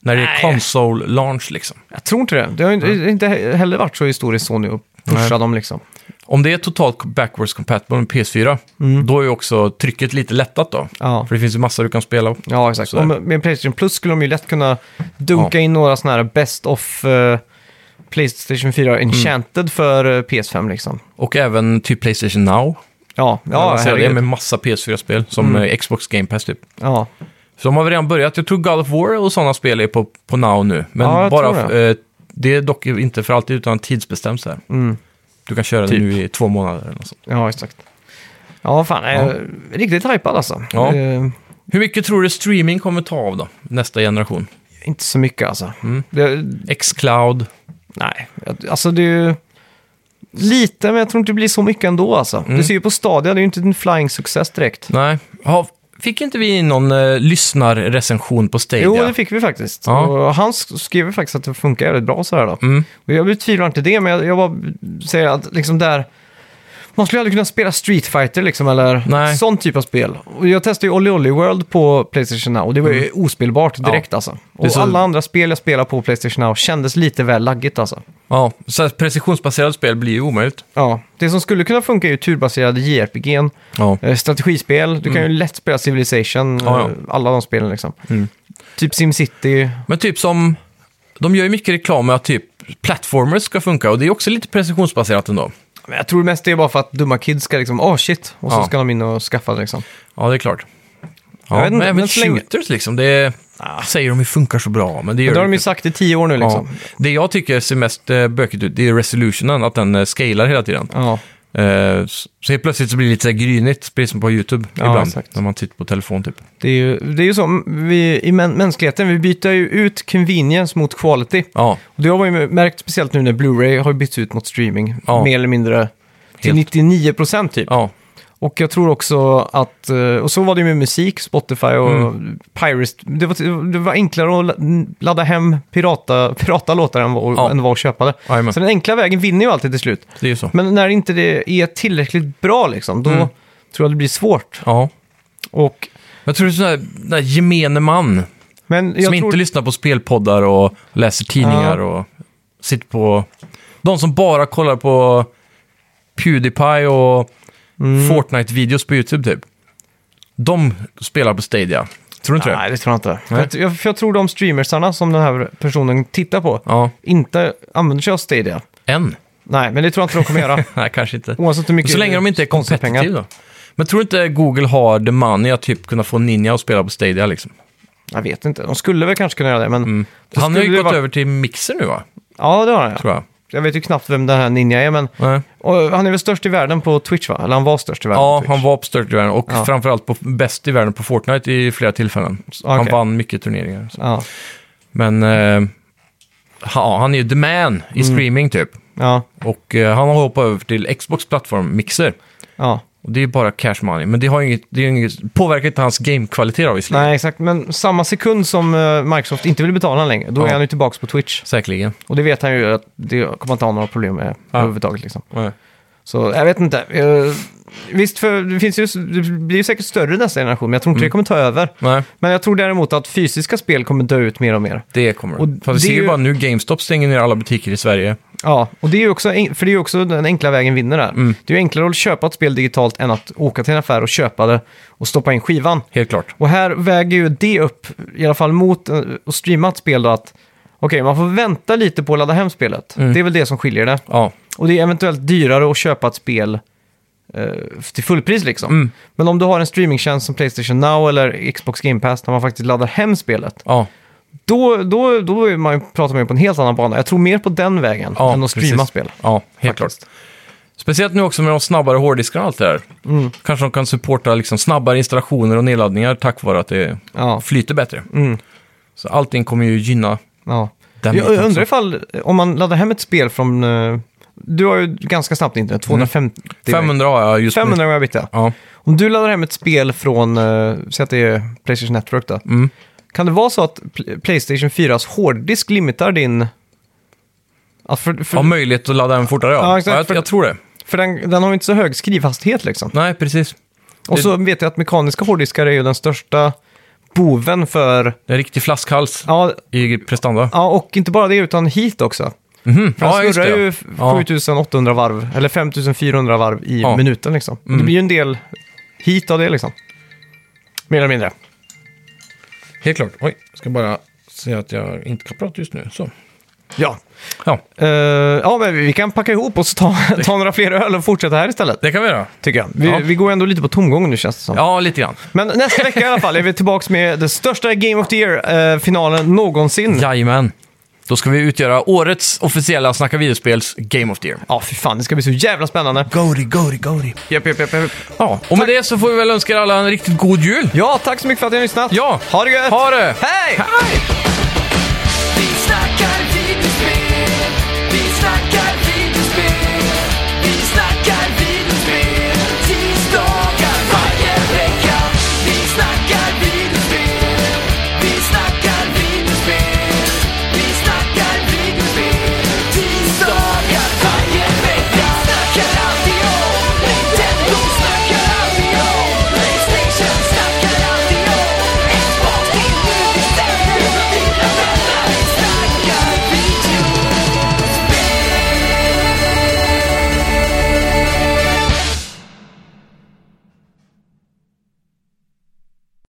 Speaker 2: När det är
Speaker 1: Nej.
Speaker 2: console launch liksom.
Speaker 1: jag tror inte det. Det har ju inte- inte heller varit så historiskt Sony att pusha
Speaker 2: Nej.
Speaker 1: dem liksom.
Speaker 2: Om det är totalt backwards compatible med PS4, då är ju också trycket lite lättat då.
Speaker 1: Mm. Ja.
Speaker 2: För det finns ju massor du kan spela.
Speaker 1: Ja, exakt.
Speaker 2: Sådär.
Speaker 1: Om, med Playstation Plus skulle de ju lätt kunna dunka
Speaker 2: Ja.
Speaker 1: in några sådana här Best of eh, Playstation 4 Enchanted för eh, PS5 liksom.
Speaker 2: Och även typ Playstation Now.
Speaker 1: Ja, ja,
Speaker 2: Ja, det är
Speaker 1: herregud. Mm.
Speaker 2: med massa PS4-spel, som eh, Xbox Game Pass typ.
Speaker 1: ja.
Speaker 2: Så de har väl redan börjat. Jag tror God of War och sådana spel är på, på Now nu. Men
Speaker 1: Ja, jag
Speaker 2: bara,
Speaker 1: tror
Speaker 2: det. det är dock inte för alltid utan tidsbestämt så här. Du kan köra
Speaker 1: Mm. Typ.
Speaker 2: det nu i två månader eller något sånt.
Speaker 1: ja, exakt. Ja, fan. jag är Riktigt hypad alltså.
Speaker 2: Ja.
Speaker 1: Eh,
Speaker 2: Hur mycket tror du streaming kommer ta av då? Nästa generation?
Speaker 1: inte så mycket alltså. Det,
Speaker 2: Xcloud?
Speaker 1: nej, jag- alltså det är ju... Lite, men jag tror inte det blir så mycket ändå alltså. Du ser ju på Stadia, det är ju inte en flying success direkt.
Speaker 2: Nej. Ja, fick inte vi in någon eh, lyssnarrecension på Stadia?
Speaker 1: Jo, det fick vi faktiskt.
Speaker 2: Ja. Mm.
Speaker 1: Och han sk- skrev ju faktiskt att det funkar jävligt bra så här då. Och jag betvivlar inte det, men jag, jag bara säger att liksom där... Man skulle aldrig kunna spela Street Fighter liksom, eller
Speaker 2: Nej.
Speaker 1: sån typ av spel. Och jag testade ju Olli Olli World på Playstation Now och det var ju ospelbart direkt alltså.
Speaker 2: Mm. är
Speaker 1: Och
Speaker 2: så-
Speaker 1: alla andra spel jag spelar på Playstation Now kändes lite väl laggigt alltså.
Speaker 2: Ja, så här, precisionsbaserade spel blir ju omöjligt.
Speaker 1: Ja, det som skulle kunna funka är ju turbaserade JRPG,
Speaker 2: Ja. Mm.
Speaker 1: eh, strategispel. Du kan ju lätt spela Civilization,
Speaker 2: Ja, ja. Mm.
Speaker 1: eh, alla de spelen liksom. Typ SimCity.
Speaker 2: Men typ som... De gör ju mycket reklam med att typ plattformers ska funka och det är också lite precisionsbaserat ändå.
Speaker 1: Men jag tror mest det är bara för att dumma kids ska liksom, åh shit, och så
Speaker 2: Ja.
Speaker 1: ska de in och skaffa det liksom.
Speaker 2: Ja, det är klart. Ja,
Speaker 1: Jag vet inte,
Speaker 2: men även
Speaker 1: men så länge-
Speaker 2: shooters liksom, det säger de ju funkar så bra, men det gör
Speaker 1: Det har de ju
Speaker 2: inte.
Speaker 1: sagt i tio år nu liksom.
Speaker 2: ja. Det jag tycker ser mest eh, bökigt ut, det är resolutionen, att den eh, scalar hela tiden.
Speaker 1: Ja.
Speaker 2: Eh, s- så helt plötsligt så blir det lite så här grynigt, precis som på YouTube
Speaker 1: Ja,
Speaker 2: ibland,
Speaker 1: exakt.
Speaker 2: när man tittar på telefon typ.
Speaker 1: Det, är ju, det är ju så, vi, i mä- mänskligheten, vi byter ju ut convenience mot quality.
Speaker 2: Ja,
Speaker 1: Och det har man ju märkt speciellt nu när Blu-ray har bytts ut mot streaming,
Speaker 2: Ja.
Speaker 1: mer eller mindre till 99% typ.
Speaker 2: ja,
Speaker 1: Och jag tror också att, eh, och så var det ju med musik, Spotify och
Speaker 2: Mm.
Speaker 1: Pirates. Det var, det var enklare att la- ladda hem pirata, pirata låtar än, vad-
Speaker 2: Ja.
Speaker 1: än vad att köpa det.
Speaker 2: Jajamän.
Speaker 1: Så den enkla vägen vinner ju alltid till slut.
Speaker 2: det är ju så.
Speaker 1: Men när inte det är tillräckligt bra liksom, då
Speaker 2: Mm.
Speaker 1: tror jag det blir svårt.
Speaker 2: Ja.
Speaker 1: Och,
Speaker 2: Jag tror det är sån här, den här gemene man
Speaker 1: men jag
Speaker 2: som
Speaker 1: tror...
Speaker 2: inte lyssnar på spelpoddar och läser tidningar
Speaker 1: Ja.
Speaker 2: och sitter på... De som bara kollar på Pewdiepie och
Speaker 1: Mm.
Speaker 2: Fortnite-videos på YouTube typ. De spelar på Stadia. Tror du inte det?
Speaker 1: Nej, det tror jag inte. För,
Speaker 2: Nej.
Speaker 1: att jag, för jag tror de streamersarna som den här personen tittar på
Speaker 2: Ja,
Speaker 1: inte använder sig av Stadia.
Speaker 2: än.
Speaker 1: Nej, men det tror jag inte de kommer
Speaker 2: (laughs)
Speaker 1: göra.
Speaker 2: Nej, kanske inte.
Speaker 1: Oavsett hur mycket
Speaker 2: Så länge de inte är
Speaker 1: sponsorpengar.
Speaker 2: competitive då. Men tror du inte Google har the money att typ kunna få Ninja att spela på Stadia liksom?
Speaker 1: Jag vet inte. De skulle väl kanske kunna göra det, men... då
Speaker 2: Mm. Han har
Speaker 1: skulle
Speaker 2: ju
Speaker 1: det
Speaker 2: gått
Speaker 1: vara-
Speaker 2: över till Mixer nu va?
Speaker 1: Ja, det har han.
Speaker 2: Tror
Speaker 1: Ja.
Speaker 2: jag.
Speaker 1: Jag vet ju knappt vem den här Ninja är, men...
Speaker 2: Nej.
Speaker 1: Och, han är väl störst i världen på Twitch, va? Eller han var störst i världen på
Speaker 2: Ja,
Speaker 1: Twitch.
Speaker 2: han var på störst i världen och
Speaker 1: Ja.
Speaker 2: framförallt på, bäst i världen på Fortnite i flera tillfällen. Han
Speaker 1: Okej.
Speaker 2: vann mycket turneringar. Så.
Speaker 1: Ja,
Speaker 2: Men eh, ha, han är ju the man i
Speaker 1: Mm.
Speaker 2: streaming typ.
Speaker 1: ja,
Speaker 2: Och eh, han har hoppat över till Xbox plattform Mixer.
Speaker 1: ja.
Speaker 2: Och det är ju bara cash money, men det, har ju inget, det är ju inget, påverkar inte hans gamekvalitet då visserligen.
Speaker 1: Nej, exakt. Men samma sekund som eh, Microsoft inte vill betala honom längre, då är
Speaker 2: Ja.
Speaker 1: han ju tillbaka på Twitch.
Speaker 2: Säkerligen.
Speaker 1: Och det vet han ju att det kommer inte ha några problem med överhuvudtaget. Liksom.
Speaker 2: Nej.
Speaker 1: Så jag vet inte. Eh, visst, för det, finns ju, det blir ju säkert större nästa generation, men jag tror inte det kommer ta över. Men jag tror däremot att fysiska spel kommer dö ut mer och mer.
Speaker 2: det kommer
Speaker 1: Och
Speaker 2: det. Fast vi
Speaker 1: det
Speaker 2: ser
Speaker 1: är
Speaker 2: ju
Speaker 1: ju-
Speaker 2: bara nu GameStop stänger ner alla butiker i Sverige.
Speaker 1: Ja, och det är ju också, en- för det är ju också den enkla vägen vinner där. Det är ju enklare att köpa ett spel digitalt än att åka till en affär och köpa det och stoppa in skivan.
Speaker 2: Helt klart.
Speaker 1: Och här väger ju det upp, i alla fall mot eh, att streama ett spel då, att okej, man får vänta lite på att ladda hem spelet.
Speaker 2: Mm.
Speaker 1: Det är väl det som skiljer det.
Speaker 2: Ja,
Speaker 1: Och det är eventuellt dyrare att köpa ett spel eh, till fullpris liksom.
Speaker 2: Mm.
Speaker 1: Men om du har en streamingtjänst som Playstation Now eller Xbox Game Pass där man faktiskt laddar hem spelet,
Speaker 2: ja,
Speaker 1: då, då, då är man ju, pratar man ju på en helt annan bana. Jag tror mer på den vägen
Speaker 2: ja.
Speaker 1: än att streama
Speaker 2: precis.
Speaker 1: spel.
Speaker 2: Ja, helt
Speaker 1: faktiskt.
Speaker 2: klart. Speciellt nu också med de snabbare hårddiskarna och allt det där.
Speaker 1: Mm.
Speaker 2: Kanske de kan supporta liksom snabbare installationer och nedladdningar tack vare att det
Speaker 1: Ja. Mm.
Speaker 2: flyter bättre. Så allting kommer ju gynna
Speaker 1: Ja.
Speaker 2: den
Speaker 1: jag
Speaker 2: biten
Speaker 1: undrar
Speaker 2: också.
Speaker 1: ifall, om man laddar hem ett spel från... eh, Du har ju ganska snabbt internet,
Speaker 2: Mm.
Speaker 1: 250...
Speaker 2: 500 har jag just
Speaker 1: 500
Speaker 2: nu.
Speaker 1: megabit ja.
Speaker 2: Ja. Mm.
Speaker 1: Om du laddar hem ett spel från, eh, säg att det är Playstation Network då. Kan det vara så att Pl- Playstation 4s hårddisk limitar din... Ja, för, för,
Speaker 2: Har möjlighet att ladda den fortare, ja.
Speaker 1: Ja,
Speaker 2: ja,
Speaker 1: exakt.
Speaker 2: jag, jag tror det.
Speaker 1: för den, den har ju inte så hög skrivhastighet liksom.
Speaker 2: Nej, precis.
Speaker 1: Och så vet jag att mekaniska hårddiskar är ju den största boven för...
Speaker 2: Det är en riktig flaskhals
Speaker 1: Ja,
Speaker 2: i prestanda.
Speaker 1: ja och inte bara det, utan hit också.
Speaker 2: Mhm.
Speaker 1: För den snurrar ju
Speaker 2: det. Ja.
Speaker 1: 7800 varv, eller 5400 varv i
Speaker 2: Ja. Mm.
Speaker 1: minuten liksom. Det blir ju en del hit av det liksom. Mer eller mindre.
Speaker 2: Helt klart. Oj, ska bara säga att jag inte kan prata just nu. Så.
Speaker 1: Ja.
Speaker 2: Ja,
Speaker 1: Eh, ja, men vi kan packa ihop och så ta, (laughs) ta några fler öl och fortsätta här istället.
Speaker 2: det kan vi göra.
Speaker 1: Tycker jag. Vi,
Speaker 2: Ja.
Speaker 1: vi går ändå lite på tomgång nu känns det som.
Speaker 2: Ja, lite grann.
Speaker 1: Men nästa vecka i alla fall är vi tillbaka med den största Game of the Year-finalen någonsin. Ja.
Speaker 2: Jajamän. Då ska vi utgöra årets officiella Snacka videospels Game of the Year.
Speaker 1: fy fan. Det ska bli så jävla spännande.
Speaker 2: Godi, godi, godi.
Speaker 1: Japp, japp, japp, japp.
Speaker 2: Ja, och med det så får vi väl önska er alla en riktigt god jul.
Speaker 1: Ja, tack så mycket för att ni har lyssnat.
Speaker 2: Ja.
Speaker 1: Ha det gött!
Speaker 2: Ha det!
Speaker 1: Hej!
Speaker 2: Hej!
Speaker 3: Vi snackar videospel,